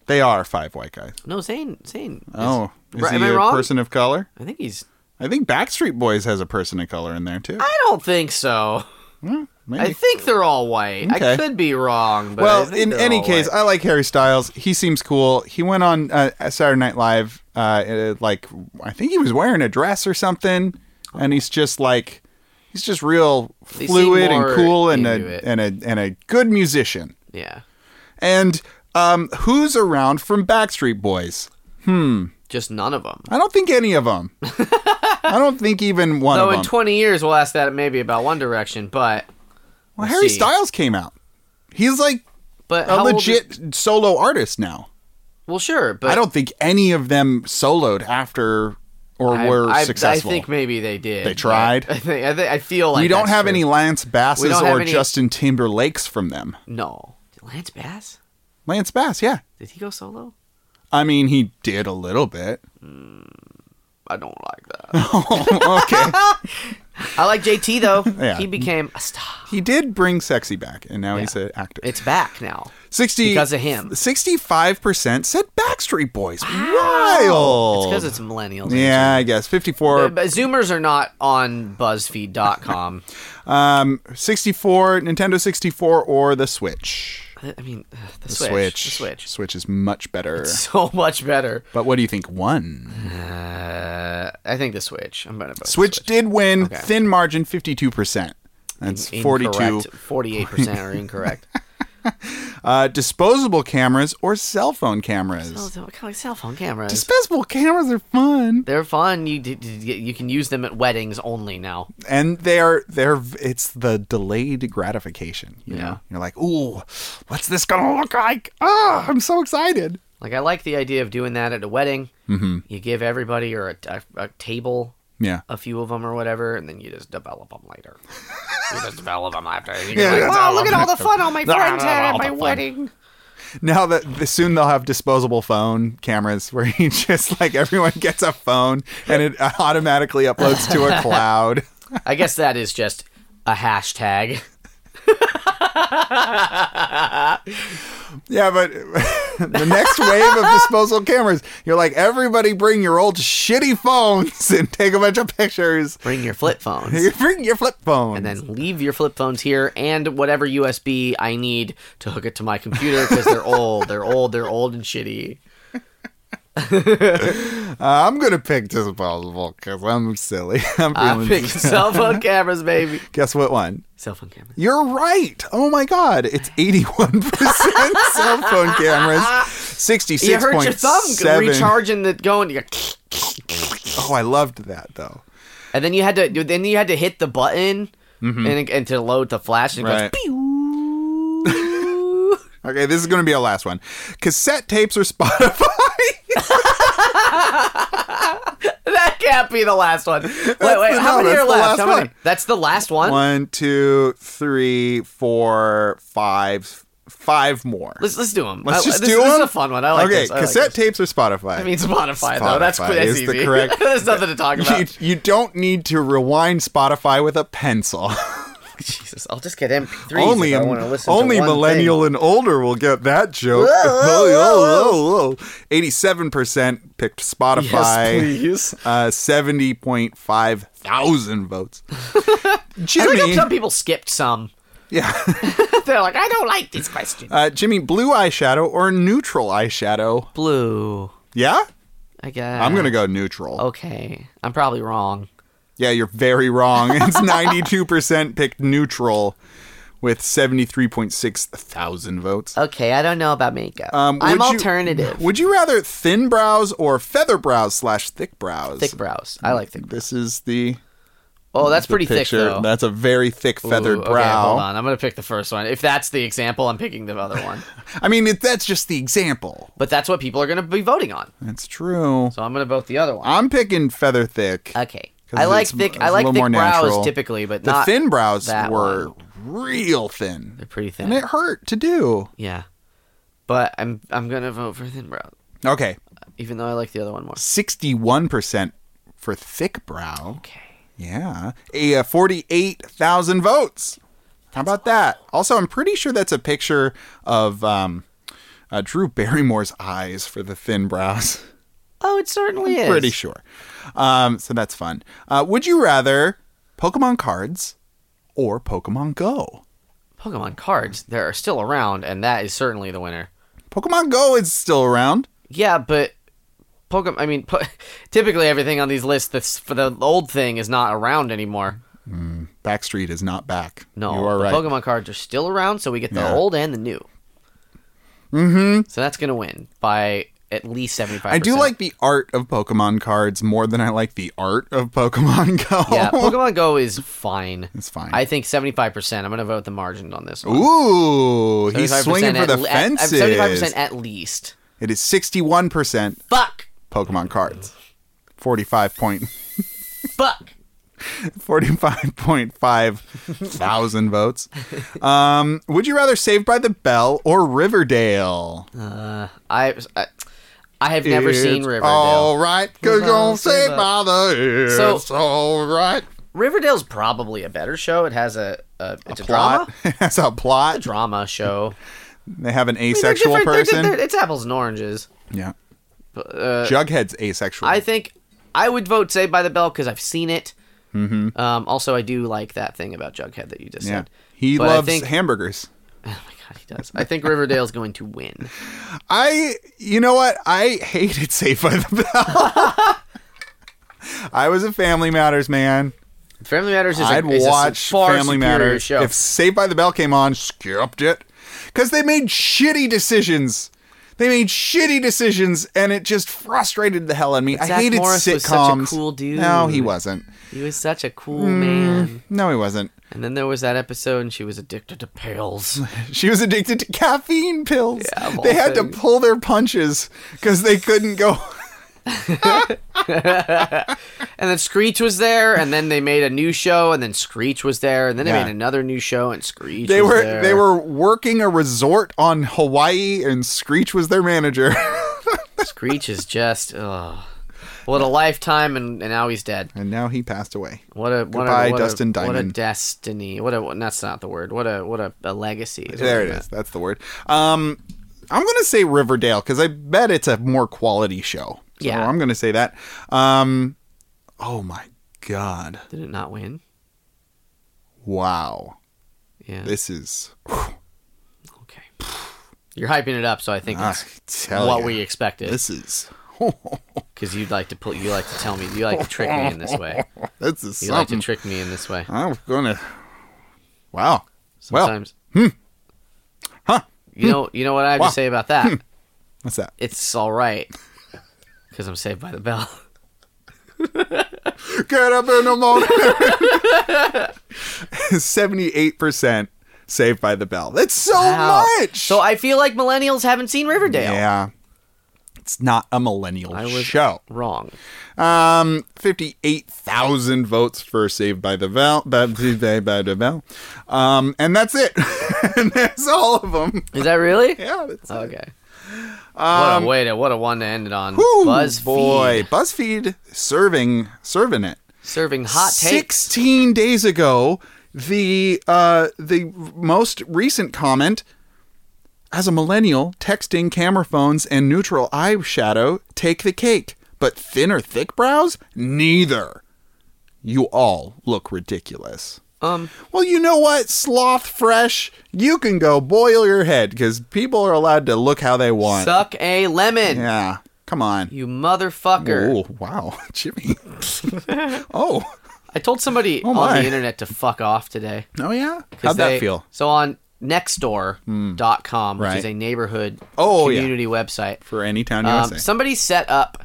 A: They are five white guys.
B: No, Zayn. Zayn. is-
A: Oh, is
B: Right,
A: he
B: am I
A: a
B: wrong?
A: person of color?
B: I think he's.
A: I think Backstreet Boys has a person of color in there too.
B: I don't think so.
A: Maybe.
B: I think they're all white.
A: Okay.
B: I could be wrong. But I
A: well,
B: think
A: in
B: they're
A: any
B: all
A: case,
B: white.
A: I like Harry Styles. He seems cool. He went on uh, Saturday Night Live, uh, uh, like I think he was wearing a dress or something, and he's just like, he's just real
B: They seem
A: fluid and
B: more
A: cool and
B: into it.
A: a, and a and a good musician.
B: yeah,
A: And um, who's around from Backstreet Boys?
B: just none of them.
A: I don't think any of
B: [LAUGHS]
A: them. I don't think even one
B: Though
A: of
B: in
A: them.
B: 20 years we'll ask that maybe about One Direction, but
A: well,
B: we'll
A: Harry
B: see.
A: Styles came out. He's like
B: but
A: a
B: how old is-
A: legit solo artist now.
B: well, sure, but
A: I don't think any of them soloed after or
B: I-
A: were
B: I,
A: successful.
B: I think maybe they did.
A: They tried.
B: I think, I, think, I feel like
A: we don't
B: that's
A: have
B: true.
A: any Lance
B: We
A: Basses
B: don't have
A: or
B: any-
A: Justin Timberlakes from them.
B: No, Did Lance Bass.
A: Lance Bass, yeah.
B: Did he go solo?
A: I mean, he did a little bit. [LAUGHS]
B: I don't like that.
A: Oh, okay.
B: [LAUGHS] I like JT though.
A: [LAUGHS] Yeah.
B: He became a star.
A: he did bring sexy back, and now he's
B: Yeah.
A: an actor.
B: It's back now.
A: 60,
B: because of him.
A: 65% said Backstreet Boys.
B: It's
A: Wild.
B: because it's millennials.
A: yeah, I guess.
B: But
A: 54,
B: but Zoomers are not on BuzzFeed.com.
A: um, 64, Nintendo 64 or the Switch.
B: I mean, ugh, the,
A: The
B: Switch.
A: Switch.
B: The Switch.
A: Switch is much better.
B: So much better.
A: But what do you think won?
B: Uh, I think the Switch. I'm gonna vote
A: Switch did win,
B: Okay.
A: thin margin, fifty-two percent. That's forty-two.
B: Forty-eight percent [LAUGHS] are incorrect.
A: Uh, disposable cameras or cell phone cameras.
B: oh, kind of like cell phone cameras.
A: disposable cameras are fun,
B: They're fun. You d- d- d- you can use them at weddings only now.
A: and they're they're it's the delayed gratification. You
B: Yeah.
A: know, you're like, ooh, what's this gonna look like? Ah, I'm so excited.
B: Like I like the idea of doing that at a wedding. Mm-hmm. You give everybody or a, a, a table,
A: Yeah.
B: a few of them or whatever, and then you just develop them later. you [LAUGHS] just develop them after. You
A: Yeah,
B: like,
A: yeah.
B: wow, look at all the fun all [LAUGHS] my friends had at my
A: All the fun.
B: wedding.
A: Now that soon they'll have disposable phone cameras where [LAUGHS] you just like everyone gets a phone and it automatically uploads to
B: [LAUGHS]
A: a cloud.
B: I guess that is just a [LAUGHS] hashtag.
A: Yeah, but [LAUGHS] the next wave of disposal cameras, you're like, everybody bring your old shitty phones and take a bunch of pictures.
B: Bring your flip phones.
A: You bring your flip phone.
B: And then leave your flip phones here and whatever USB I need to hook it to my computer because [LAUGHS] they're old. They're old. They're old and shitty.
A: uh, I'm going to pick disposable because I'm silly. [LAUGHS] I'm
B: I'm [LAUGHS]
A: feeling.
B: picking Uh, cell phone cameras, baby.
A: Guess what one?
B: Cell phone cameras.
A: You're right. Oh my God. It's 81% [LAUGHS] cell phone cameras. 66.7.
B: You hurt your thumb recharging the going. You go,
A: Oh, I loved that though.
B: and then you had to then you had to hit the button and, and to load the flash and it
A: Right.
B: goes. "Pew."
A: Okay, this is going to be our last one. Cassette tapes or [LAUGHS] Spotify?
B: [LAUGHS] that can't be the last one. Wait, wait,
A: the-
B: how
A: no,
B: many
A: that's the
B: are left?
A: last
B: How many?
A: one.
B: That's the last one.
A: One, two, three, four, five, five more.
B: Let's let's do them.
A: Let's just
B: this,
A: do
B: This is
A: them?
B: a fun one. I like
A: okay,
B: this. I like
A: cassette
B: this.
A: tapes or Spotify.
B: I mean Spotify, though. That's
A: Spotify
B: quick. That's
A: is the
B: easy.
A: correct-
B: [LAUGHS] There's nothing to
A: [LAUGHS]
B: talk
A: you, [LAUGHS]
B: about.
A: you don't need to rewind Spotify with a pencil. [LAUGHS]
B: Jesus, I'll just get MP3s.
A: only
B: if I want to listen.
A: only
B: to one
A: millennial
B: Thing.
A: and older will get that joke.
B: Whoa,
A: [LAUGHS]
B: whoa,
A: Eighty-seven percent picked [LAUGHS] Spotify.
B: Yes, please.
A: Uh, Seventy point five thousand
B: [LAUGHS]
A: votes.
B: I
A: Jimmy,
B: think some people skipped some. [LAUGHS]
A: yeah. [LAUGHS]
B: They're like, I don't like these questions.
A: Uh, Jimmy, blue eyeshadow or neutral eyeshadow?
B: Blue.
A: Yeah,
B: I guess.
A: I'm gonna go neutral.
B: Oh. Okay, I'm probably wrong.
A: [LAUGHS] Yeah, you're very wrong. It's 92% picked neutral. with 73.6 thousand votes.
B: Okay, I don't know about makeup.
A: Um,
B: Uh, I'm
A: would you-
B: alternative.
A: would you rather thin brows or feather brows slash thick brows?
B: thick brows. I like thick.
A: This is the,
B: Oh, that's
A: the
B: pretty thick
A: picture.
B: though.
A: That's a very thick feathered
B: Ooh, okay,
A: brow.
B: hold on. I'm gonna pick the first one. If that's the example, I'm picking the other one.
A: I mean, it, that's just the example.
B: but that's what people are gonna be voting on.
A: That's true.
B: So I'm gonna vote the other one.
A: I'm picking feather thick.
B: Okay.
A: 'Cause
B: I like
A: it's m-
B: thick.
A: it's
B: I
A: a
B: like
A: little
B: thick
A: more
B: brows
A: natural.
B: typically, but
A: the
B: not
A: thin brows
B: that
A: were real thin,
B: they're pretty thin.
A: and it hurt to do.
B: yeah. But I'm I'm gonna vote for thin brow,
A: Okay,
B: even though I like the other one more.
A: sixty-one percent for thick brow.
B: Okay.
A: Yeah, a uh, forty-eight thousand votes. How about that? Also, I'm pretty sure that's a picture of um, uh, Drew Barrymore's eyes for the thin brows.
B: [LAUGHS] Oh, it certainly is.
A: Pretty sure. Um, so that's fun. Uh, would you rather Pokemon cards or Pokemon Go?
B: Pokemon cards, they are still around, and that is certainly the winner.
A: Pokemon Go is still around.
B: Yeah, but Pokemon. I mean, [LAUGHS] po- typically everything on these lists that's for the old thing is not around anymore.
A: Backstreet is not back.
B: No,
A: you are
B: the
A: right.
B: Pokemon cards are still around, so we get the
A: Yeah.
B: old and the new. Mm-hmm. So that's gonna win by at least seventy five.
A: I do like the art of Pokemon cards more than I like the art of Pokemon [LAUGHS] Go.
B: Yeah, Pokemon Go is fine.
A: it's fine.
B: I think seventy five percent. I'm gonna vote the margin on this one.
A: Ooh, he's swinging for the fences.
B: Seventy five percent at least.
A: It is sixty-one percent
B: Fuck,
A: Pokemon cards. Forty-five point [LAUGHS]
B: fuck.
A: forty-five point five thousand
B: [LAUGHS]
A: votes. Um, would you rather Saved by the Bell or Riverdale?
B: Uh, I, I, I have never
A: It's
B: seen Riverdale.
A: All right, cause
B: Well,
A: I'm
B: say
A: saved by the. It's
B: So-
A: all right.
B: Riverdale's probably a better show. It has a, a it's a,
A: plot. [LAUGHS]
B: drama
A: That's a plot. [LAUGHS]
B: drama show.
A: They have an
B: They're
A: asexual
B: different- they're-
A: person.
B: they're- it's apples and oranges.
A: yeah.
B: But, uh,
A: Jughead's asexual.
B: I think I would vote Saved by the Bell because I've seen it. Mm-hmm. Um, also, I do like that thing about Jughead that you just
A: yeah.
B: said. [LAUGHS]
A: He
B: But I
A: loves
B: think-
A: hamburgers.
B: Oh my god, he does. I think Riverdale's going to win.
A: I, you know what? I hated Saved by the Bell. [LAUGHS] I was a Family Matters man.
B: Family Matters is a,
A: I'd
B: is a
A: watch
B: far
A: Family
B: superior
A: Matters.
B: show.
A: If Saved by the Bell came on, skipped it. Because they made shitty decisions. They made shitty decisions, and it just frustrated the hell out of me. I
B: Zach
A: hated
B: Morris
A: sitcoms.
B: was such a cool dude.
A: No, he wasn't.
B: he was such a cool man.
A: No, he wasn't.
B: And then there was that episode, and she was addicted to pills. [LAUGHS]
A: She was addicted to caffeine pills.
B: Yeah, of all
A: they had
B: things.
A: to pull their punches because they couldn't
B: [LAUGHS]
A: go.
B: And then Screech was there, and then they made a new show, and then Screech was there, and then they
A: Yeah.
B: made another new show, and Screech.
A: They
B: was
A: were
B: there.
A: they were working a resort on Hawaii, and Screech was their
B: [LAUGHS]
A: manager.
B: Screech is just oh, what a lifetime, and, and now he's dead.
A: and now he passed away.
B: What a what
A: Goodbye,
B: a what
A: Dustin
B: a, what a
A: Diamond.
B: destiny. What a what, that's not the word. What a what a, a legacy. Is what
A: There
B: I
A: it
B: meant.
A: is. That's the word. Um, I'm gonna say Riverdale because I bet it's a more quality show. So
B: Yeah.
A: I'm gonna say that. Um, oh my god!
B: Did it not win?
A: Wow,
B: Yeah.
A: this is.
B: okay. You're hyping it up, so I think
A: I
B: it's
A: tell
B: what
A: ya,
B: we expected.
A: Ah, This is.
B: Because you'd like to pull. You like to tell me. You like to trick me in
A: [LAUGHS]
B: this way.
A: This is
B: You like to
A: something.
B: trick me in this way.
A: I'm gonna. Wow. Well,
B: Sometimes. hmm.
A: Huh.
B: You know. You know what I have
A: Wow. Hmm.
B: to say about that.
A: what's that?
B: It's all right. Because I'm saved by the bell.
A: Get up in the morning. [LAUGHS] Seventy-eight percent Saved by the Bell. That's so
B: Wow.
A: much.
B: So I feel like millennials haven't seen Riverdale.
A: yeah, it's not a millennial
B: I was
A: show.
B: wrong.
A: Um, fifty-eight thousand votes for Saved by the Bell. By, by, by the Bell. Um, and that's it. [LAUGHS] and that's all of them.
B: Is that really?
A: Yeah, that's it.
B: Okay. what a way to what a one to end it on.
A: Woo,
B: BuzzFeed
A: Um, boy, BuzzFeed serving serving it.
B: serving hot takes.
A: 16 days ago, the uh, the most recent comment as a millennial, texting, camera phones, and neutral eye shadow take the cake, but thin or thick brows? Neither. You all look ridiculous.
B: Um,
A: Well, you know what, sloth fresh, you can go boil your head because people are allowed to look how they want.
B: suck a lemon,
A: yeah, come on. [LAUGHS]
B: you motherfucker.
A: Oh, wow, Jimmy. oh,
B: I told somebody
A: Oh,
B: on
A: my.
B: the internet to fuck off today.
A: Oh yeah,
B: 'cause
A: [LAUGHS] how'd
B: they-
A: that feel? Hmm.
B: So on nextdoor.com, which
A: Right.
B: is a neighborhood
A: Oh, yeah.
B: community website,
A: for any town
B: um,
A: USA.
B: somebody set up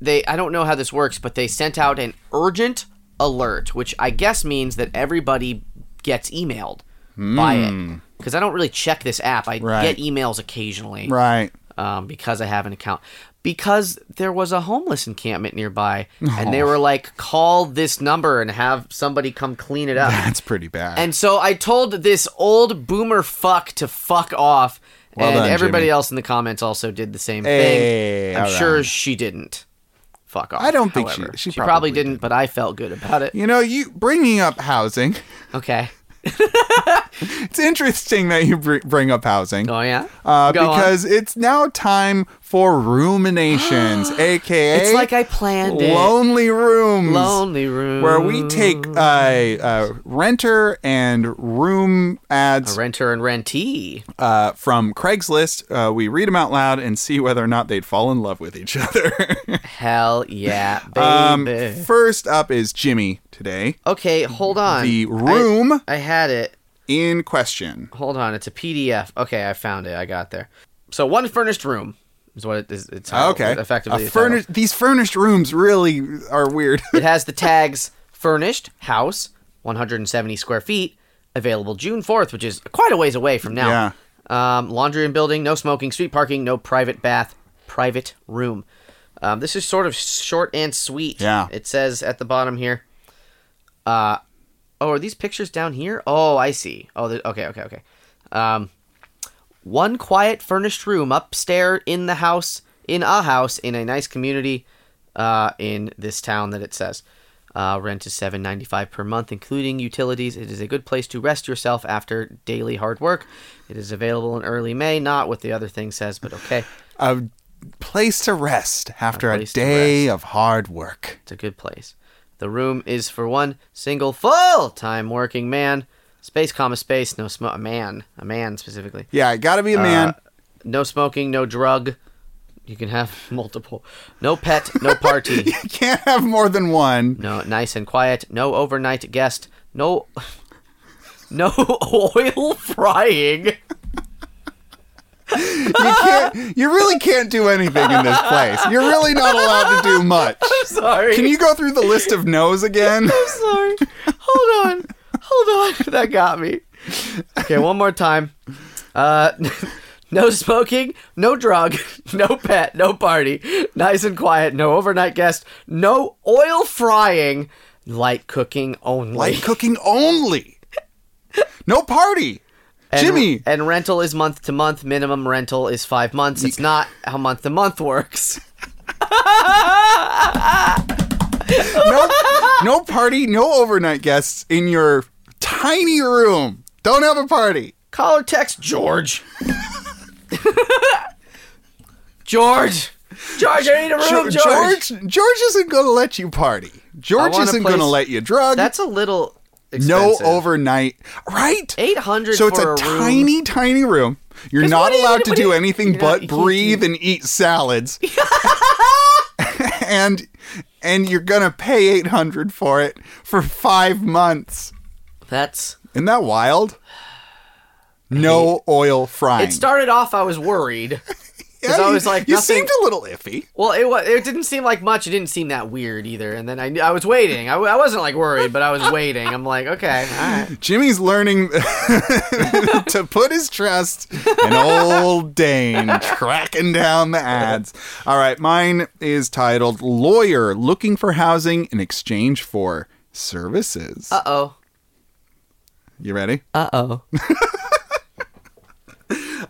B: they I don't know how this works, but they sent out an urgent alert, which I guess means that everybody gets emailed by it. Because I don't really check this app. I
A: Hmm. Right.
B: get emails occasionally
A: right.
B: um, because I have an account. Because there was a homeless
A: [LAUGHS]
B: encampment nearby, and they were like, call this number and have somebody come clean it up.
A: That's pretty bad.
B: Uh, And so I told this old boomer fuck to fuck off.
A: Well
B: and
A: done,
B: everybody
A: Jimmy.
B: else in the comments also did the same
A: Hey,
B: thing. I'm
A: all
B: sure
A: right.
B: she didn't. Fuck off.
A: I don't think she-
B: however.
A: she
B: probably,
A: probably
B: didn't, but I felt good
A: [LAUGHS]
B: about it.
A: you know, you bringing up housing. [LAUGHS]
B: Okay.
A: It's interesting that you br- bring up housing.
B: Oh, yeah?
A: Uh,
B: Go on.
A: because it's now time for
B: [GASPS]
A: ruminations, aka
B: It's like I planned it.
A: lonely rooms,
B: Lonely room.
A: where we take uh, uh, renter and room ads
B: Renter and rentee.
A: uh, from Craigslist. Uh, we read them out loud and see whether or not they'd fall in love with each [LAUGHS] other.
B: Hell yeah, baby.
A: um, first up is Jimmy today.
B: okay, hold on.
A: The
B: I-
A: room
B: I had it.
A: in question.
B: hold on it's a pdf okay i found it i got there so one furnished room is what it is it's titled,
A: Okay.
B: Oh, effectively
A: A
B: the title.
A: furnished, these furnished rooms really are
B: [LAUGHS]
A: weird.
B: it has the tags furnished house 170 square feet available june 4th which is quite a ways away from now um, laundry and building no smoking street parking no private bath private room um, this is sort of short and sweet
A: Yeah.
B: it says at the bottom here uh, oh are these pictures down here oh i see oh the- okay okay okay um, one quiet furnished room upstairs in the house in a house in a nice community uh, in this town that it says uh, rent is 7.95 per month including utilities it is a good place to rest yourself after daily hard work it is available in early may not what the other thing says but okay
A: a place to rest after a,
B: place to
A: day of hard work.
B: It's a good place. The room is for one single full-time working man. Space, comma, space, no smoke. A man. A man, specifically.
A: Yeah, it gotta be
B: Uh,
A: a man. [LAUGHS]
B: No smoking, no drug. You can have [LAUGHS] multiple. No pet,
A: [LAUGHS]
B: no party.
A: you can't have more than one.
B: No nice and quiet. No overnight guest. No... [LAUGHS] No oil frying. [LAUGHS]
A: You can't. You really can't do anything in this place. You're really not allowed to do much.
B: Sorry. [LAUGHS]
A: Can you go through the list of no's again?
B: sorry. Hold on. Hold on. [LAUGHS] That got me. Okay, one more time. Uh, [LAUGHS] no smoking, no drug, [LAUGHS] no pet, no party. Nice and quiet, no overnight guest, no oil frying, light cooking only.
A: Light cooking only. No party.
B: And- [LAUGHS]
A: Jimmy.
B: And rental is month to month. Minimum rental is five months. It's not how month to month [LAUGHS] works.
A: No. No party. No overnight guests in your tiny room. Don't have a party.
B: Call or text George. [LAUGHS] George! George, I need a room,
A: George. George. George isn't gonna let you party. George
B: want a
A: isn't
B: place-
A: gonna let you drug.
B: That's a little
A: no
B: expensive.
A: overnight. Right.
B: eight hundred.
A: So it's
B: for
A: a,
B: a, room.
A: tiny, tiny room. You're
B: 'Cause
A: not
B: what do you-
A: allowed to
B: what do
A: do
B: you-
A: anything
B: you're
A: but
B: not- you can't
A: breathe and eat
B: [LAUGHS]
A: salads. [LAUGHS] and and you're gonna pay eight hundred for it for five months.
B: That's
A: Isn't that wild? No oil frying.
B: it. Started off, I was worried.
A: Yeah,
B: I
A: you-
B: was like,
A: you
B: nothing-
A: seemed a little iffy.
B: Well, it was. It didn't seem like much. It didn't seem that weird either. And then I knew I was waiting. I, w- I wasn't like worried, but I was waiting. I'm like, okay, all [LAUGHS] right.
A: Jimmy's learning [LAUGHS] to put his trust in old Dane tracking down the ads. All right, mine is titled Lawyer Looking for Housing in Exchange for Services.
B: Uh oh.
A: you ready?
B: Uh oh.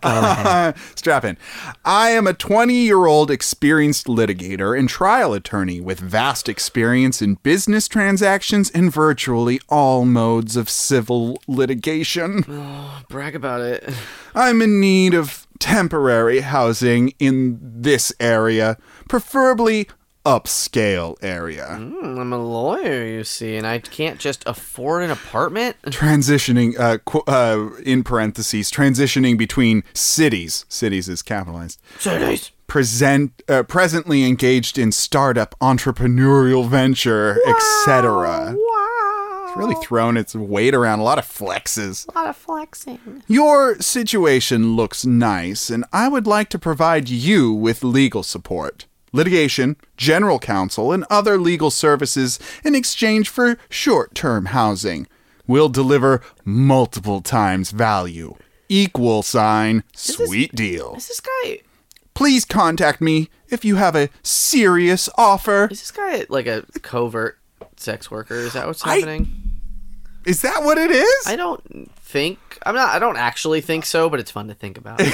A: Uh, [LAUGHS] strap in. I am a 20 year old experienced litigator and trial attorney with vast experience in business transactions and virtually all modes of civil litigation.
B: Brag about it.
A: I'm in need of temporary housing in this area, preferably upscale area.
B: Mm, I'm a lawyer, you see, and I can't just afford an apartment.
A: Transitioning, uh, qu- uh, in parentheses, transitioning between cities. Cities is capitalized.
B: Cities.
A: present uh, presently engaged in startup entrepreneurial venture, etc.
B: Wow.
A: It's really thrown its weight around a lot of flexes.
B: A lot of flexing.
A: Your situation looks nice, and I would like to provide you with legal support. Litigation, general counsel, and other legal services in exchange for short term housing. We'll deliver multiple times value. Equal sign, sweet deal.
B: Is this guy
A: Please contact me if you have a serious offer.
B: is this guy like a covert sex worker? Is that what's happening?
A: Is that what it is?
B: I, don't think I'm not I don't actually think so, but it's fun to think about. [LAUGHS]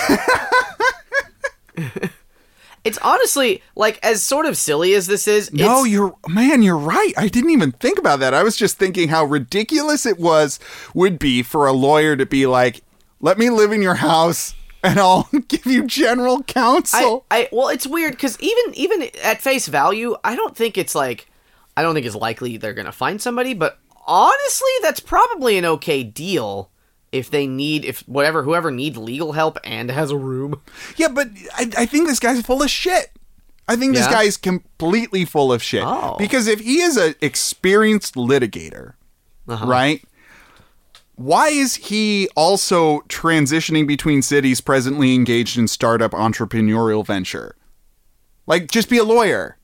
B: it's honestly like as sort of silly as this is,
A: No,
B: it's,
A: you're man, you're right. I didn't even think about that. I was just thinking how ridiculous it was would be for a lawyer to be like, "Let me live in your house and I'll [LAUGHS] give you general
B: I,
A: counsel."
B: I well it's weird because even even at face value i don't think it's like i don't think it's likely they're gonna find somebody but honestly that's probably an okay deal if they need if whatever whoever needs legal help and has a room
A: yeah, but I, I think this guy's full of shit. I think this
B: Yeah?
A: guy is completely full of shit
B: Oh.
A: because if he is an experienced litigator,
B: Uh-huh.
A: right? Why is he also transitioning between cities presently engaged in startup entrepreneurial venture? Like, just be a lawyer.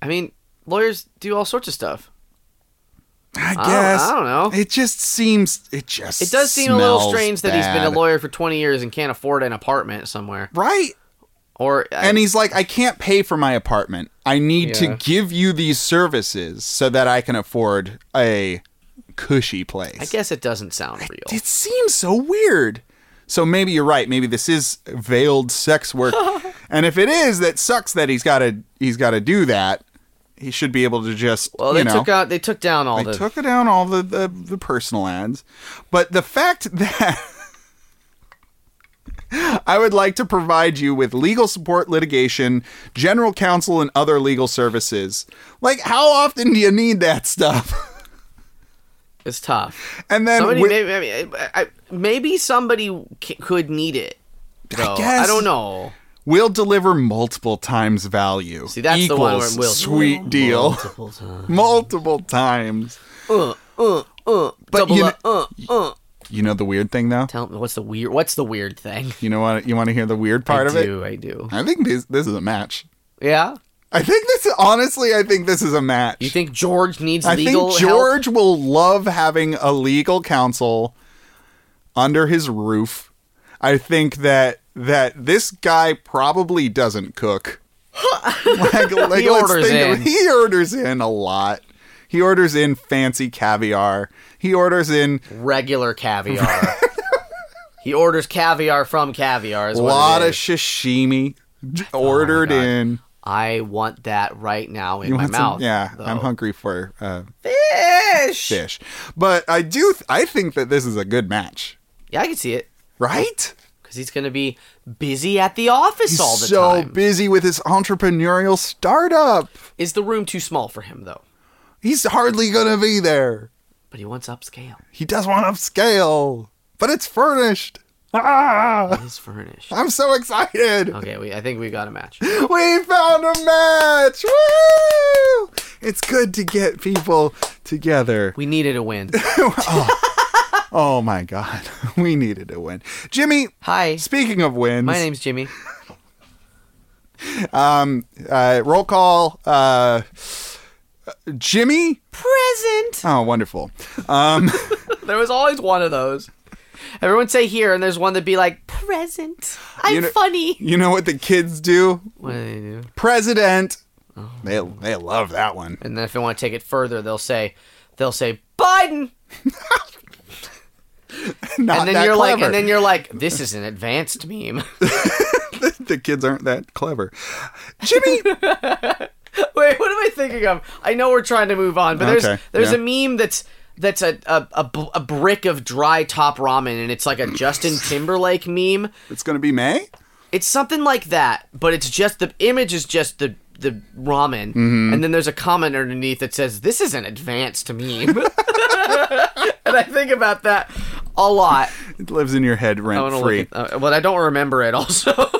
B: i mean lawyers do all sorts of stuff
A: I
B: I don't-
A: guess.
B: I don't, know
A: It just seems. It just.
B: Oh, it does seem a little
A: smells
B: strange that he's been a
A: bad.
B: lawyer for 20 years and can't afford an apartment somewhere
A: Right?
B: or I-
A: and he's like, I can't pay for my apartment. I need
B: Yeah.
A: to give you these services so that I can afford a cushy place.
B: i guess it doesn't sound real
A: It seems so weird. So maybe you're right. Maybe this is veiled sex
B: [LAUGHS]
A: work. and if it is, that sucks that he's got to he's got to do that. He should be able to just
B: well
A: you
B: they
A: know
B: took out they took down all
A: they
B: the
A: took down all the, the the personal ads, but the fact [LAUGHS] that. I would like to provide you with legal support, litigation, general counsel, and other legal services. Like, how often do you need that stuff? [LAUGHS]
B: it's tough
A: And then,
B: Somebody
A: wi-
B: maybe, maybe, I, I, maybe somebody c- could need it. Though. I
A: guess.
B: don't know.
A: will deliver multiple times value.
B: See, that's the one where it
A: Equals
B: will-
A: sweet deal. Multiple, [LAUGHS]
B: Multiple times.
A: times.
B: Uh, uh, uh, double
A: you
B: up, uh, uh.
A: You know the weird thing though.
B: Tell me what's the weird. What's the weird thing?
A: You know what? You want to hear the weird part
B: I
A: of it?
B: do, I do.
A: I think this this is a match.
B: Yeah.
A: I think this honestly. I think this is a match.
B: You think George needs
A: I
B: legal
A: think
B: help?
A: George will love having a legal counsel under his roof. I think that that this guy probably doesn't
B: [LAUGHS]
A: cook. like, like,
B: He
A: let's
B: orders
A: think of-
B: in.
A: he orders in a lot. He orders in fancy caviar. He orders in [LAUGHS]
B: Regular caviar. he orders caviar from caviar. Is
A: a
B: what it
A: lot of
B: is. Oh
A: sashimi d- ordered
B: God.
A: in.
B: I want that right now in
A: You
B: my
A: want some-
B: mouth.
A: yeah,
B: though.
A: I'm hungry for uh,
B: Fish.
A: fish, but I do. Th- I think that this is a good match,
B: Yeah, I can see it
A: right?
B: because he's gonna be busy at the office all the
A: so
B: time.
A: busy with his entrepreneurial startup.
B: Is the room too small for him though?
A: He's hardly gonna be there.
B: But he wants upscale.
A: He does want upscale, but it's furnished. Ah!
B: It is furnished.
A: I'm so excited.
B: Okay, we I think we got a match.
A: We found a match. Woo! It's good to get people together.
B: We needed a win.
A: Oh my god, [LAUGHS] we needed a win. Jimmy,
B: Hi.
A: speaking of wins,
B: My name's Jimmy.
A: uh, roll call. Uh, Jimmy.
B: Present.
A: Oh, wonderful.
B: [LAUGHS]
A: Um,
B: There was always one of those. Everyone say here, and there's one that'd be like, present. I'm
A: You know-
B: funny.
A: You know what the kids do?
B: What do they do?
A: president.
B: Oh.
A: They they love that one. [LAUGHS]
B: And then if they want to take it further, they'll say, they'll say, Biden.
A: Not
B: And
A: that
B: then you're
A: clever.
B: like, and then you're like, this is an advanced meme. [LAUGHS]
A: [LAUGHS] the kids aren't that clever. Jimmy,
B: [LAUGHS] Wait, what am I thinking of? I know we're trying to move on, but there's
A: Okay,
B: there's
A: yeah.
B: a meme that's that's a, a a b- a brick of dry top ramen, and it's like a Justin Timberlake meme.
A: it's gonna be May.
B: It's something like that, but it's just the image is just the the ramen,
A: Mm-hmm.
B: and then there's a comment underneath that says, "This is an advanced meme," [LAUGHS] and I think about that a lot.
A: It lives in your head
B: I wanna
A: rent
B: look
A: free.
B: at- uh, well, I don't remember it also.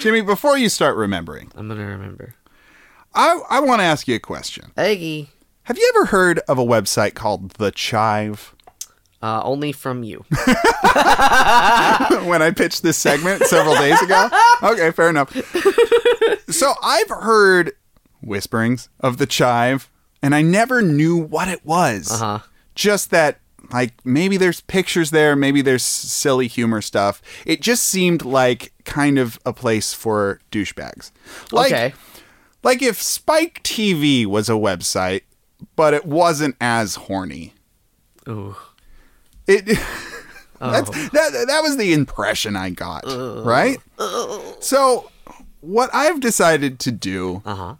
A: Jimmy, before you start remembering,
B: [LAUGHS] I'm gonna remember.
A: I, I want to ask you a question.
B: Eggy.
A: Have you ever heard of a website called The Chive?
B: Uh, only from you. Uh.
A: [LAUGHS] when I pitched this segment several days
B: [LAUGHS]
A: ago. Okay, fair enough. So I've heard whisperings of the chive, and I never knew what it was.
B: Uh-huh.
A: Just that, like, maybe there's pictures there, maybe there's silly humor stuff. It just seemed like kind of a place for douchebags. [LAUGHS] Like,
B: okay.
A: like if Spike TV was a website, but it wasn't as horny.
B: Ooh.
A: It. [LAUGHS] That's, that, that was the impression I got, right? So, what I've decided to do
B: Uh huh.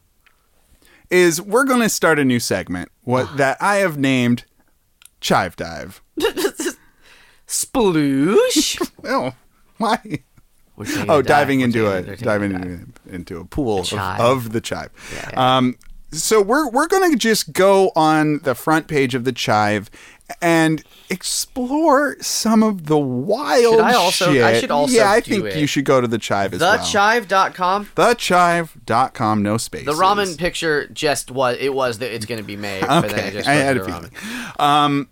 A: is we're going to start a new segment what that I have named Chive Dive. [LAUGHS]
B: Sploosh.
A: Oh, why?
B: We're taking
A: Oh,
B: a dive.
A: diving
B: We're
A: into
B: taking-
A: a
B: they're taking
A: diving
B: dive.
A: into, into a pool of,
B: chive.
A: of the chive. Um, so we're we're going to just go on the front page of the chive and explore some of the wild
B: I also-
A: shit.
B: I should also
A: yeah, I
B: do
A: think
B: it.
A: you should go to the chive as well.
B: Thechive.com.
A: thechive.com no space
B: The ramen picture just was it was that it's gonna be made. Okay. But then it
A: okay
B: just
A: i had a
B: wasn't
A: feeling um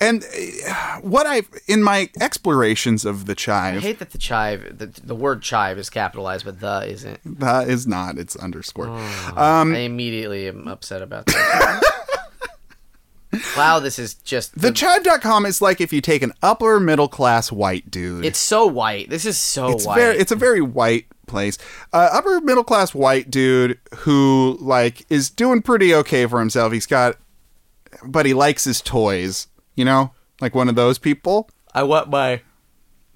A: and uh, what i in my explorations of the
B: I
A: chive
B: hate that the chive, the, the word chive is capitalized, but the isn't.
A: that is not it's underscore Um,
B: I immediately am upset about that. [LAUGHS] wow, this is just.
A: the chive.com is like if you take an upper middle class white dude
B: it's so white. This is so
A: it's
B: white.
A: very it's a very white place uh, upper middle class white dude who like is doing pretty okay for himself he's got but he likes his toys you know like one of those people
B: I want my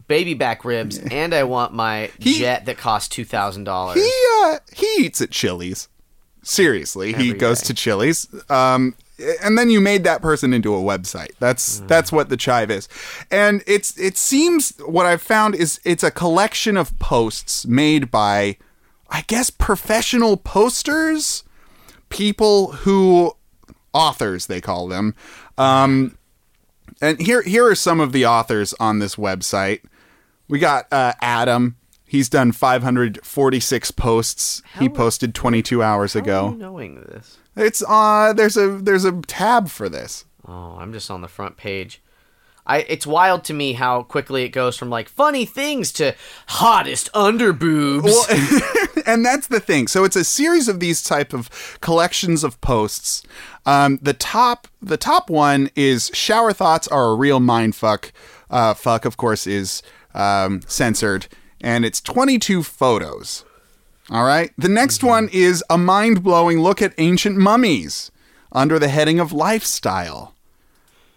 B: baby back ribs, and I want my
A: He-
B: jet that costs two thousand dollars.
A: he uh, he eats at Chili's. Seriously, he
B: Every
A: goes
B: day.
A: to Chili's. Um, and then you made that person into a website. That's
B: Mm.
A: that's what the chive is, and it's it seems what I've found is it's a collection of posts made by, I guess, professional posters, people who authors they call them. Um, and here here are some of the authors on this website. We got uh, Adam. He's done 546 posts. he posted 22 hours
B: How are
A: ago.
B: you knowing this?
A: It's uh there's a there's a tab for this.
B: Oh, I'm just on the front page. I, it's wild to me how quickly it goes from like funny things to hottest underboobs.
A: Well, [LAUGHS] and that's the thing. So it's a series of these type of collections of posts. Um, the top the top one is shower thoughts are a real mind fuck. Uh, fuck of course is um, censored, and it's 22 photos. All right. The next one is a mind blowing look at ancient mummies under the heading of lifestyle.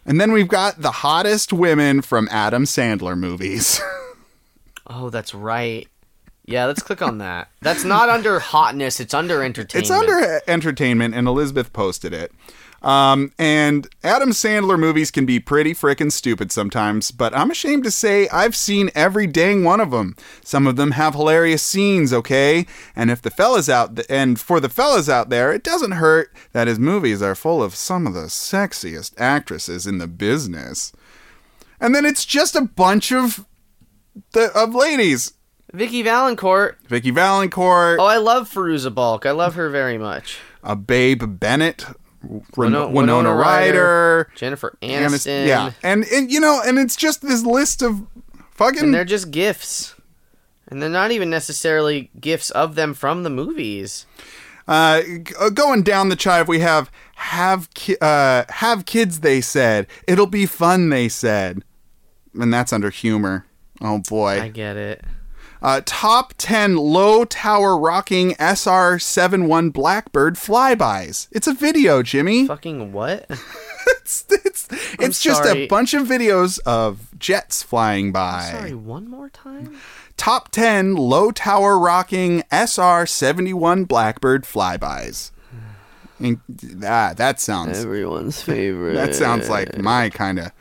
A: And then we've got the hottest women from Adam Sandler movies. [LAUGHS]
B: oh, that's right. Yeah, let's click on that. That's not under hotness. It's under entertainment.
A: It's under entertainment, and Elizabeth posted it. Um, and Adam Sandler movies can be pretty frickin' stupid sometimes, but I'm ashamed to say I've seen every dang one of them. Some of them have hilarious scenes, okay? And if the fellas out th- and for the fellas out there, it doesn't hurt that his movies are full of some of the sexiest actresses in the business. And then it's just a bunch of the of ladies.
B: Vicky Valancourt.
A: Vicky Valancourt,
B: Oh, I love Feruza Balk. I love her very much.
A: a Babe Bennett, Ren- Winona,
B: Wino- Winona
A: Ryder,
B: Jennifer
A: and it's-
B: Aniston.
A: yeah, and, and you know, and it's just this list of fucking
B: And they're just gifts. And they're not even necessarily gifts of them from the movies.
A: uh, g- uh, going down the chive. We have have ki- uh, have kids. They said it'll be fun. They said, and that's under humor. Oh
B: I
A: boy!
B: get it.
A: Uh, top ten low tower rocking SR 71 Blackbird flybys. It's a video, Jimmy. [LAUGHS]
B: Fucking what?
A: it's it's, it's just a
B: sorry.
A: bunch of videos of jets flying by.
B: Sorry, one more time?
A: Top 10 low tower rocking SR 71 Blackbird flybys. And ah, that sounds
B: Everyone's favorite.
A: that sounds like my kind of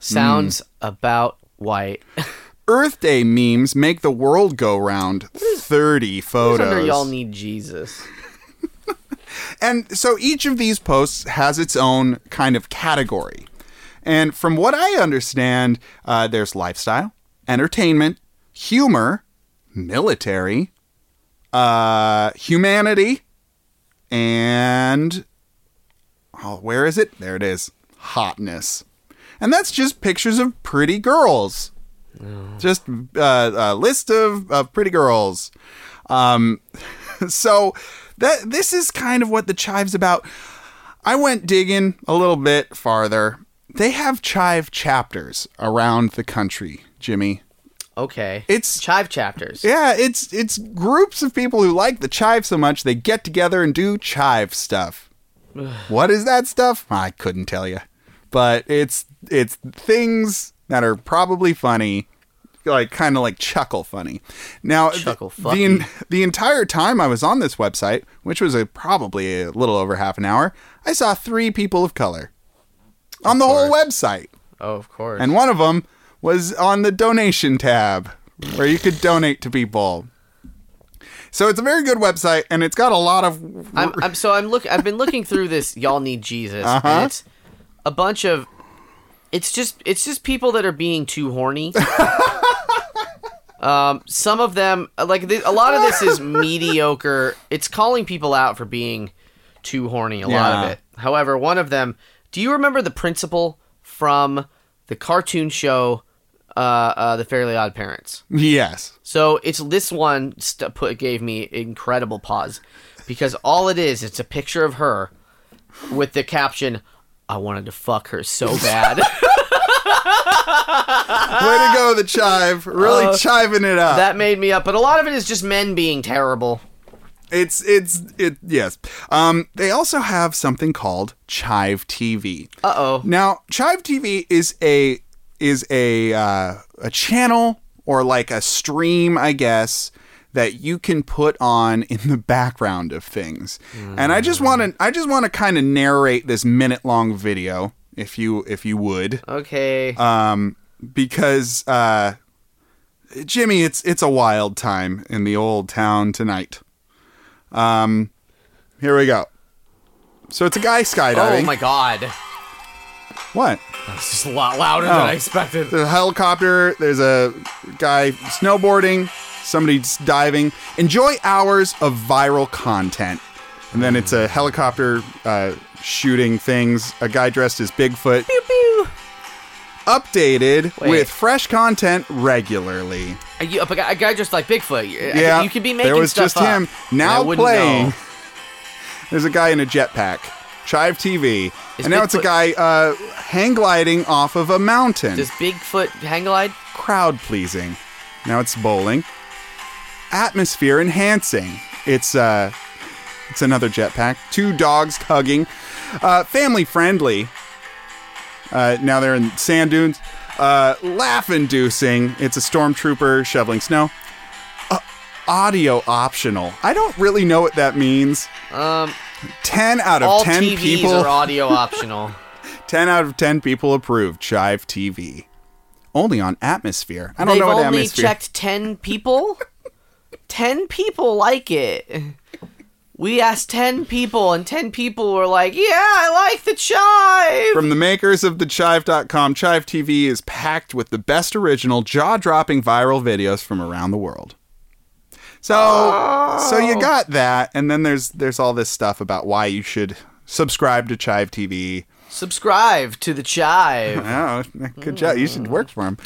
B: Sounds about white. [LAUGHS]
A: Earth Day memes make the world go round. 30
B: It's under y'all
A: photos.
B: need Jesus.
A: And so each of these posts has its own kind of category. And from what I understand, uh, there's lifestyle, entertainment, humor, military, uh, Humanity, and oh, where is it? There it is. Hotness, and that's just pictures of pretty girls. Just uh, a list of, of pretty girls. Um, [LAUGHS] so that this is kind of what the chive's about. I went digging a little bit farther. They have chive chapters around the country, Jimmy.
B: Okay.
A: It's-
B: chive chapters.
A: Yeah, it's it's groups of people who like the chive so much they get together and do chive stuff. what is that stuff? I couldn't tell you. But it's it's things that are probably funny, like kind of like chuckle funny. Now th-
B: Chuckle
A: the en- the entire time I was on this website, which was a, probably a little over half an hour, I saw three people of color on the whole website.
B: Oh, of course.
A: And one of them was on the donation tab where you could donate to people. So it's a very good website and it's got a lot of
B: I'm, I'm so I'm look I've been looking
A: [LAUGHS]
B: through this y'all need Jesus
A: Uh-huh.
B: and it's a bunch of it's just it's just people that are being
A: [LAUGHS]
B: too horny. um some of them like the, a lot of this is mediocre. It's calling people out for being too horny a lot
A: Yeah.
B: of it. However, one of them, do you remember the principal from the cartoon show uh, uh The Fairly Odd Parents?
A: yes.
B: So it's this one st- put gave me incredible pause because all it is, it's a picture of her with the caption, "I wanted to fuck
A: [LAUGHS]
B: her so bad."
A: Way to go the chive, really chiving it up.
B: that made me up, but a lot of it is just men being terrible.
A: it's it's it yes. Um they also have something called Chive TV.
B: Uh oh.
A: Now, Chive TV is a is a uh, a channel or like a stream, I guess, that you can put on [LAUGHS] in the background of things. And I just want to I just want to kind of narrate this minute long video, if you if you would,
B: Okay.
A: um, because uh, Jimmy, it's it's a wild time in the old town tonight. Um, here we go. So it's a guy skydiving.
B: oh my god.
A: What?
B: That's just a lot louder
A: Oh.
B: than I expected.
A: There's a helicopter. There's a guy snowboarding. Somebody's diving. Enjoy hours of viral content. And then it's a helicopter uh, shooting things. A guy dressed as Bigfoot.
B: Pew, pew.
A: Updated
B: Wait.
A: with fresh content regularly.
B: A, you- a guy a guy just like Bigfoot.
A: Yeah.
B: Yeah. You could be making
A: There was
B: stuff
A: just
B: up,
A: him.
B: and I
A: Now
B: wouldn't
A: playing. [LAUGHS]
B: know.
A: There's a guy in a jetpack. Chive TV.
B: Is
A: and now it's a
B: Bigfoot-
A: guy uh, hang gliding off of a mountain.
B: Does Bigfoot hang glide?
A: crowd pleasing. Now it's bowling. Atmosphere enhancing. It's uh it's another jetpack. Two dogs hugging. Uh, family friendly. Uh, now they're in sand dunes. Uh, laugh inducing. It's a stormtrooper shoveling snow. Uh, audio optional. I don't really know what that means.
B: Um,
A: 10 out of
B: all
A: 10
B: TVs
A: people.
B: are audio
A: [LAUGHS]
B: optional.
A: 10 out of 10 people approved Chive TV. Only on Atmosphere. I don't
B: They've
A: know what
B: only
A: Atmosphere
B: checked ten people. ten people like it. We asked ten people, and ten people were like, "Yeah, I like the chive."
A: From the makers of the Chive.com, Chive TV is packed with the best original, jaw-dropping viral videos from around the world. So, so
B: Oh.
A: you got that, and then there's there's all this stuff about why you should subscribe to Chive TV.
B: Subscribe to
A: [LAUGHS]
B: the chive.
A: Oh, good job! You should work for him.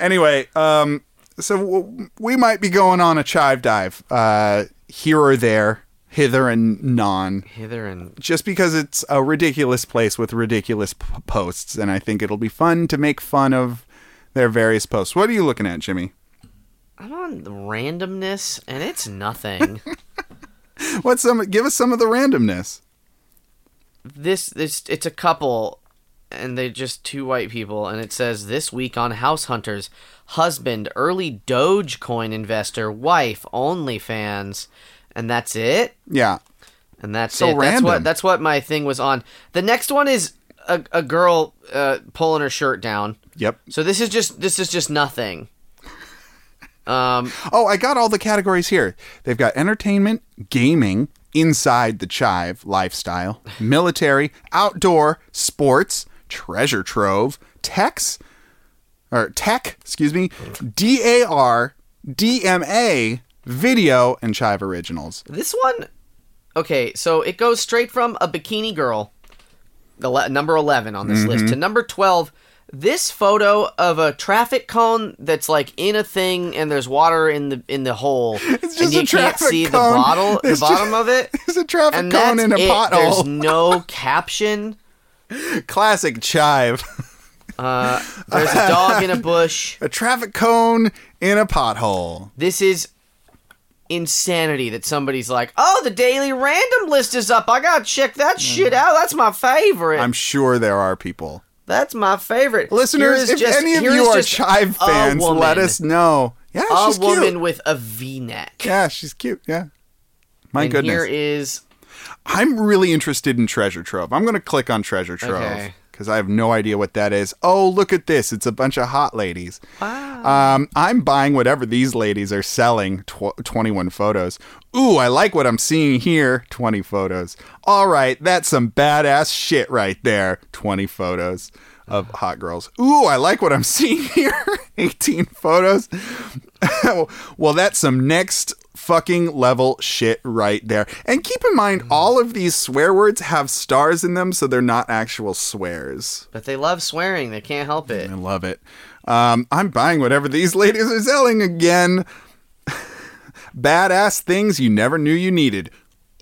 A: Anyway, um, so w- we might be going on a Chive dive uh, here or there, hither and non
B: Hither and
A: just because it's a ridiculous place with ridiculous p- posts, and I think it'll be fun to make fun of their various posts. What are you looking at, Jimmy?
B: I'm on the randomness, and it's nothing.
A: What's some? Give us some of the randomness.
B: this this it's a couple and they're just two white people and it says this week on house hunters husband early dogecoin investor wife only fans and that's it
A: Yeah,
B: and that's
A: So
B: it that's
A: random.
B: what that's what my thing was on the next one is a, a girl uh, pulling her shirt down
A: yep.
B: so this is just this is just nothing um
A: Oh, I got all the categories here. They've got entertainment, gaming, inside the chive, lifestyle, military, outdoor, sports, treasure trove, techs, or tech, excuse me, DAR, DMA, Video, and Chive Originals. [LAUGHS]
B: This one, okay, so it goes straight from a bikini girl, the le- number eleven on this list,
A: Mm-hmm.
B: to number twelve. This photo of a traffic cone that's like in a thing, and there's water in the in the
A: [LAUGHS]
B: hole, and
A: just
B: you
A: a
B: can't
A: traffic
B: see the
A: cone.
B: bottle, the
A: It's just-
B: bottom of it,
A: There's [LAUGHS] a traffic
B: and
A: cone
B: that's
A: in a
B: it.
A: [LAUGHS]
B: There's
A: pothole.
B: no caption.
A: Classic Chive. [LAUGHS]
B: Uh, there's a dog in a bush.
A: a traffic cone in a pothole.
B: This is insanity that somebody's like, "Oh, the daily random list is up. I gotta check that shit out. That's my favorite.
A: Mm. I'm sure there are people.
B: That's my favorite." Here
A: Listeners,
B: is
A: if
B: just-
A: any of
B: here
A: you
B: is
A: are
B: just
A: Chive
B: a
A: fans,
B: woman.
A: let us know. Yeah,
B: A
A: she's
B: woman
A: cute.
B: with a V-neck.
A: Yeah, she's cute. Yeah. My
B: and
A: goodness.
B: Here is
A: I'm really interested in Treasure Trove. I'm going to click on Treasure Trove
B: Okay.
A: because I have no idea what that is. Oh, look at this. It's a bunch of hot ladies.
B: wow.
A: Um, I'm buying whatever these ladies are selling. Tw- 21 photos. Ooh, I like what I'm seeing here. 20 photos. All right, that's some badass shit right there. 20 photos of hot girls. Ooh, I like what I'm [LAUGHS] seeing here. 18 photos. [LAUGHS] well, that's some next fucking level shit right there. And keep in mind, all of these swear words have stars in them, so they're not actual swears.
B: But they love swearing. They can't help it.
A: I love it. Um, I'm buying whatever these [LAUGHS] ladies are selling again. [LAUGHS] Badass things you never knew you needed.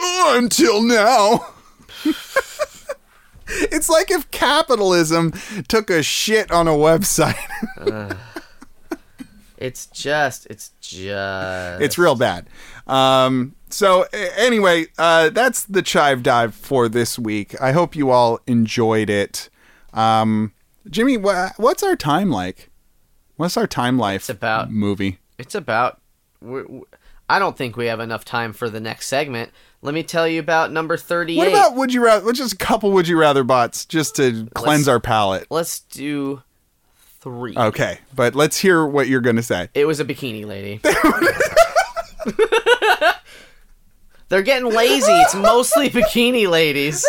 A: Until now. [LAUGHS] it's like if capitalism took a shit on a website. [LAUGHS]
B: It's just. It's just.
A: it's real bad. Um, so, a- anyway, uh, that's the Chive Dive for this week. I hope you all enjoyed it. Um, Jimmy, wha what's our time like? What's our time life? It's
B: about-
A: movie.
B: It's about. We're, we I don't think we have enough time for the next segment. Let me tell you about number thirty-eight.
A: What about would you rather? Let's just a couple would you rather bots just to cleanse our palate.
B: Let's do three.
A: Okay, but let's hear what you're gonna say.
B: It was a
A: [LAUGHS]
B: bikini lady. They're getting lazy. It's mostly bikini ladies.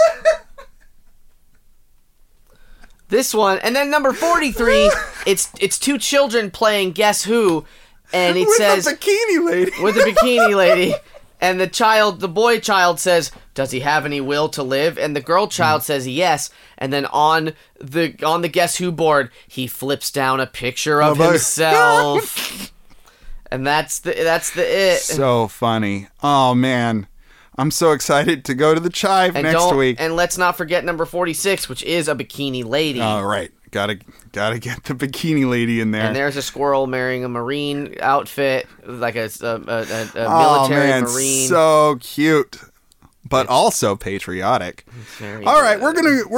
B: This one, and then number forty-three. It's it's two children playing Guess Who, and it
A: With
B: says
A: the bikini lady.
B: with the bikini lady, and the child, the boy child says, "Does he have any will to live?" And the girl child says, "Yes." And then on the on the Guess Who board, he flips down a picture of
A: Of a-
B: himself. And that's the that's the it.
A: [LAUGHS] So funny. Oh man, I'm so excited to go to the chive
B: and
A: next
B: don't
A: week.
B: and let's not forget number forty six, which is a bikini lady.
A: All right, gotta gotta get the bikini lady in there.
B: and there's a squirrel marrying a marine outfit, like a, a, a, a
A: oh
B: military
A: man,
B: marine.
A: so cute, but also patriotic.
B: Very
A: All right,
B: good.
A: we're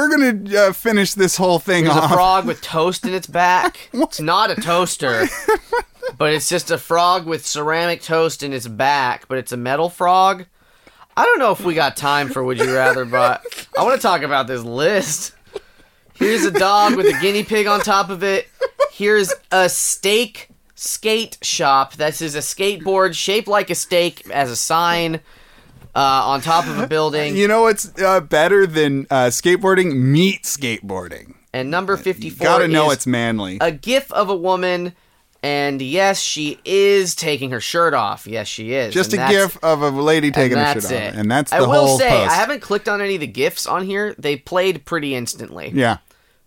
A: gonna we're gonna uh, finish this whole thing
B: There's a
A: off.
B: frog with toast in
A: [LAUGHS]
B: its back. it's not a toaster, but it's just a frog with ceramic toast in its back, but it's a metal frog. I don't know if we got time for Would You Rather, but I want to talk about this list. Here's a dog with a guinea pig on top of it. Here's a steak skate shop. This is a skateboard shaped like a steak as a sign uh, on top of a building.
A: You know what's uh, better than uh, skateboarding? Meat skateboarding.
B: And number 54
A: Gotta know
B: is
A: it's manly.
B: a gif of a woman, and yes, she is taking her shirt off. Yes, she is.
A: Just
B: And
A: a
B: that's-
A: gif of a lady
B: and
A: taking her
B: that's
A: shirt
B: it.
A: off, and that's the
B: I will
A: whole
B: say
A: post.
B: I haven't clicked on any of the gifs on here. They played pretty instantly.
A: yeah.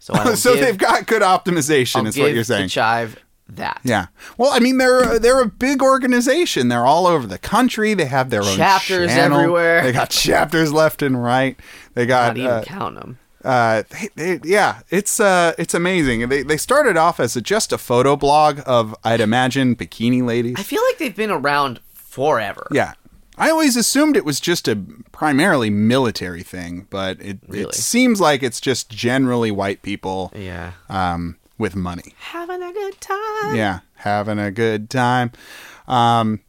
B: So I
A: [LAUGHS]
B: will
A: so
B: give,
A: they've got good optimization,
B: I'll
A: is what
B: give
A: you're saying.
B: The chive that.
A: yeah. Well, I mean, they're they're a big organization. They're all over the country. They have their own
B: Chapters
A: channel.
B: everywhere.
A: They got chapters left and right. They
B: Not
A: got
B: even
A: uh,
B: count them.
A: uh, they, they, yeah, it's uh, it's amazing. And They they started off as a, just a photo blog of I'd imagine bikini ladies.
B: I feel like they've been around forever.
A: Yeah. I always assumed it was just a primarily military thing, but it,
B: Really?
A: it seems like it's just generally white people
B: Yeah.
A: um, with money.
B: Having a good time.
A: Yeah, having a good time. Um,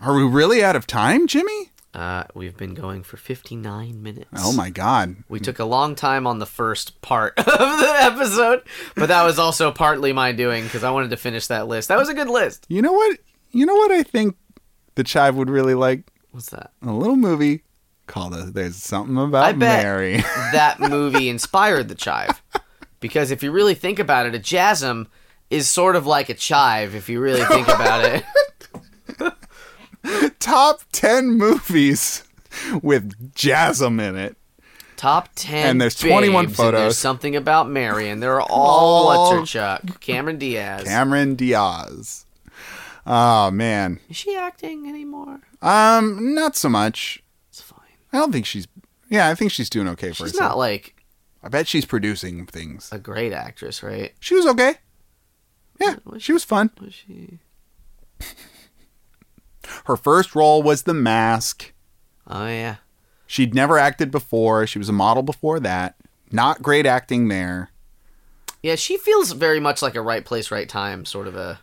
A: are we really out of time, Jimmy?
B: Uh, we've been going for 59 minutes.
A: Oh my God.
B: We took a long time on the first part [LAUGHS] of the episode, but that was also partly my doing because I wanted to finish that list. That was a good list.
A: You know what? You know what I think the chive would really like?
B: What's that?
A: A little movie called uh, There's Something About
B: I bet.
A: Mary. [LAUGHS]
B: That movie inspired the chive because if you really think about it,
A: [LAUGHS]
B: a jasm is sort of like a chive if you really think about it.
A: top 10 movies with Jasm in it.
B: Top ten.
A: And there's 21
B: babes, and
A: photos.
B: there's something about Mary,
A: [LAUGHS]
B: and they're all what's
A: All-
B: her
A: [LAUGHS]
B: chuck. Cameron Diaz.
A: Cameron Diaz. Oh man.
B: Is she acting anymore?
A: Um not so much.
B: It's fine.
A: I don't think she's Yeah, I think she's doing okay for
B: She's
A: herself.
B: not like
A: I bet she's producing things.
B: a great actress, right?
A: She was okay. Yeah,
B: Was
A: she was fun.
B: Was she?
A: Her first role was The Mask.
B: Oh yeah.
A: She'd never acted before. She was a model before that. Not great acting there.
B: Yeah, she feels very much like a right place, right time sort of a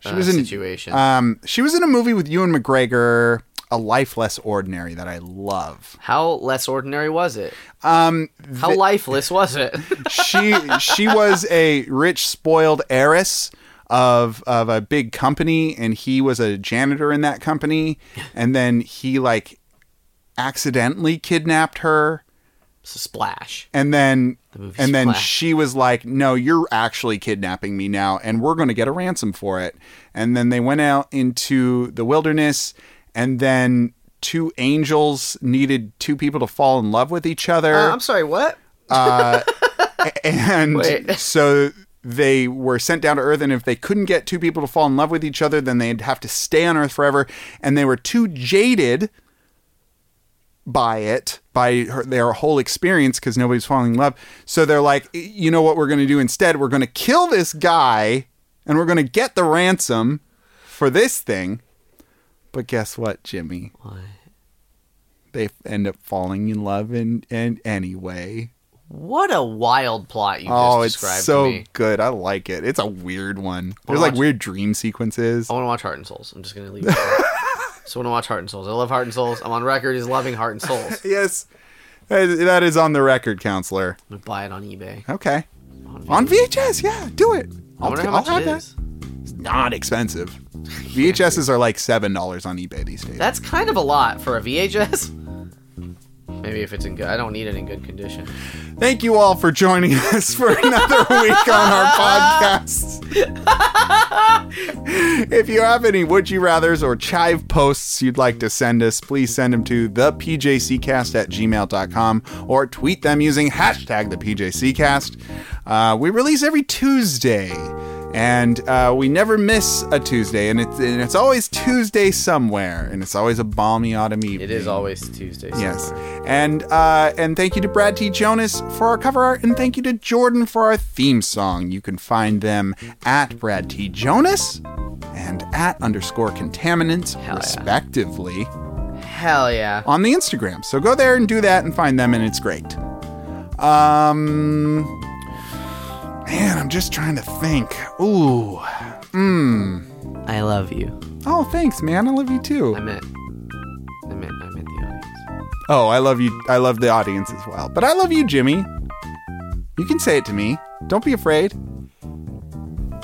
A: She
B: uh,
A: was in
B: situation.
A: Um, she was in a movie with Ewan McGregor, A Life Less Ordinary, that I love.
B: How less ordinary was it?
A: Um,
B: How lifeless was it? [LAUGHS]
A: she she was a rich, spoiled heiress of of a big company, and he was a janitor in that
B: [LAUGHS]
A: company. And then he like accidentally kidnapped her,
B: it's a splash.
A: and then
B: The movie
A: and then
B: Splash.
A: she was like, "No, you're actually kidnapping me now, and we're going to get a ransom for it." And then they went out into the wilderness, and then two angels needed two people to fall in love with each other,
B: Uh, I'm sorry. What?
A: and
B: Wait.
A: so they were sent down to Earth. And if they couldn't get two people to fall in love with each other, then they'd have to stay on Earth forever. And they were too jaded by it, by her, their whole experience, because nobody's falling in love. So they're like, you know what we're going to do instead? We're going to kill this guy and we're going to get the ransom for this thing. But guess what, Jimmy?
B: What?
A: They end up falling in love in, in anyway.
B: What a wild plot you just
A: Oh, it's
B: described
A: so
B: to me.
A: good. I like it. It's a weird one.
B: Wanna
A: There's like
B: watch- Oh.
A: weird dream sequences.
B: I want to watch Heart and Souls. I'm just gonna leave. it
A: [LAUGHS]
B: there. so I want to watch Heart and Souls. I love Heart and Souls. I'm on record as loving Heart and Souls.
A: Yes. That is- that is on the record, counselor.
B: I'm gonna buy it on eBay.
A: Okay. On VHS, yeah, do it.
B: I
A: I'll,
B: wonder
A: t-
B: how
A: I'll
B: much
A: have
B: it
A: that.
B: is.
A: It's not
B: [LAUGHS]
A: expensive. VHSs are like $7 on eBay these days.
B: That's kind of a lot for a VHS. [LAUGHS] Maybe if it's in good, I don't need it in good condition.
A: Thank you all for joining [LAUGHS] us for another week on our
B: [LAUGHS]
A: podcast. if you have any would you rathers or chive posts you'd like to send us, please send them to thepjccast at gmail.com or tweet them using hashtag thepjccast. Uh, we release every Tuesday. And uh, we never miss a Tuesday, and it's, and it's always Tuesday somewhere, and it's always a balmy autumn evening.
B: It is always Tuesday. Somewhere.
A: Yes, and uh, and thank you to Brad T. Jonas for our cover art, and thank you to Jordan for our theme song. You can find them at Brad T. Jonas and at underscore contaminants,
B: Hell yeah.
A: respectively,
B: Hell yeah.
A: on the Instagram. So go there and do that and find them, and it's great. Um, man, I'm just trying to think. Ooh,
B: I love you.
A: oh, thanks, man. I love you too.
B: I meant, I meant, I meant the audience.
A: Oh, I love you. I love the audience as well. But I love you, Jimmy. You can say it to me. Don't be afraid.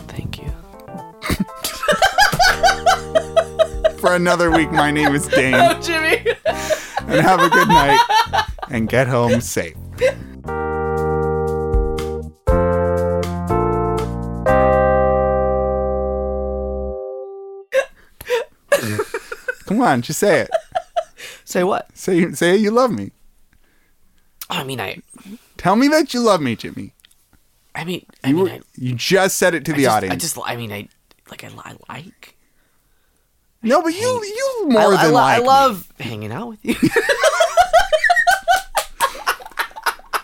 B: Thank you.
A: For another week, my name is Dane.
B: [LAUGHS] Jimmy.
A: And have a good night and get home safe. Come on, just say it.
B: Say what?
A: Say say you love me.
B: Oh, I mean, I,
A: Tell me that you love me, Jimmy.
B: I mean, I
A: You,
B: mean,
A: were-
B: I,
A: you just said it to
B: I
A: the
B: just,
A: audience.
B: I just, I mean, I, like, I, li- I like.
A: no, but you you more
B: I, I,
A: than
B: lo-
A: like
B: I
A: me.
B: love hanging out with you.
A: [LAUGHS]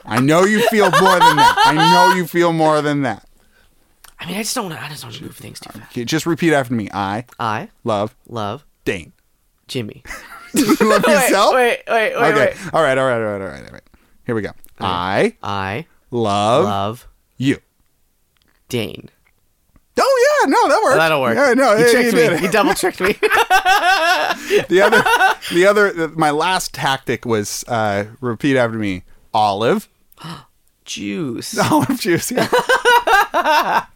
A: I know you feel more than that. I know you feel more than that.
B: I mean, I just don't want to. I just don't want to move things too fast.
A: Okay, just repeat after me. I
B: I
A: love
B: love
A: Dane. [LAUGHS]
B: Jimmy.
A: You love yourself?
B: Wait, wait, wait, wait.
A: okay.
B: wait.
A: All right. All right. All right. All right. All right. Here we go. I
B: I
A: love,
B: love
A: you.
B: Dane.
A: Oh yeah, no, that worked.
B: That'll work.
A: Yeah, no,
B: you
A: yeah,
B: tricked
A: you
B: me.
A: did
B: [LAUGHS]
A: it.
B: You double
A: [LAUGHS]
B: tricked me.
A: The other, the other, the, my last tactic was uh, repeat after me. Olive, [LAUGHS]
B: Juice.
A: olive juice. Yeah.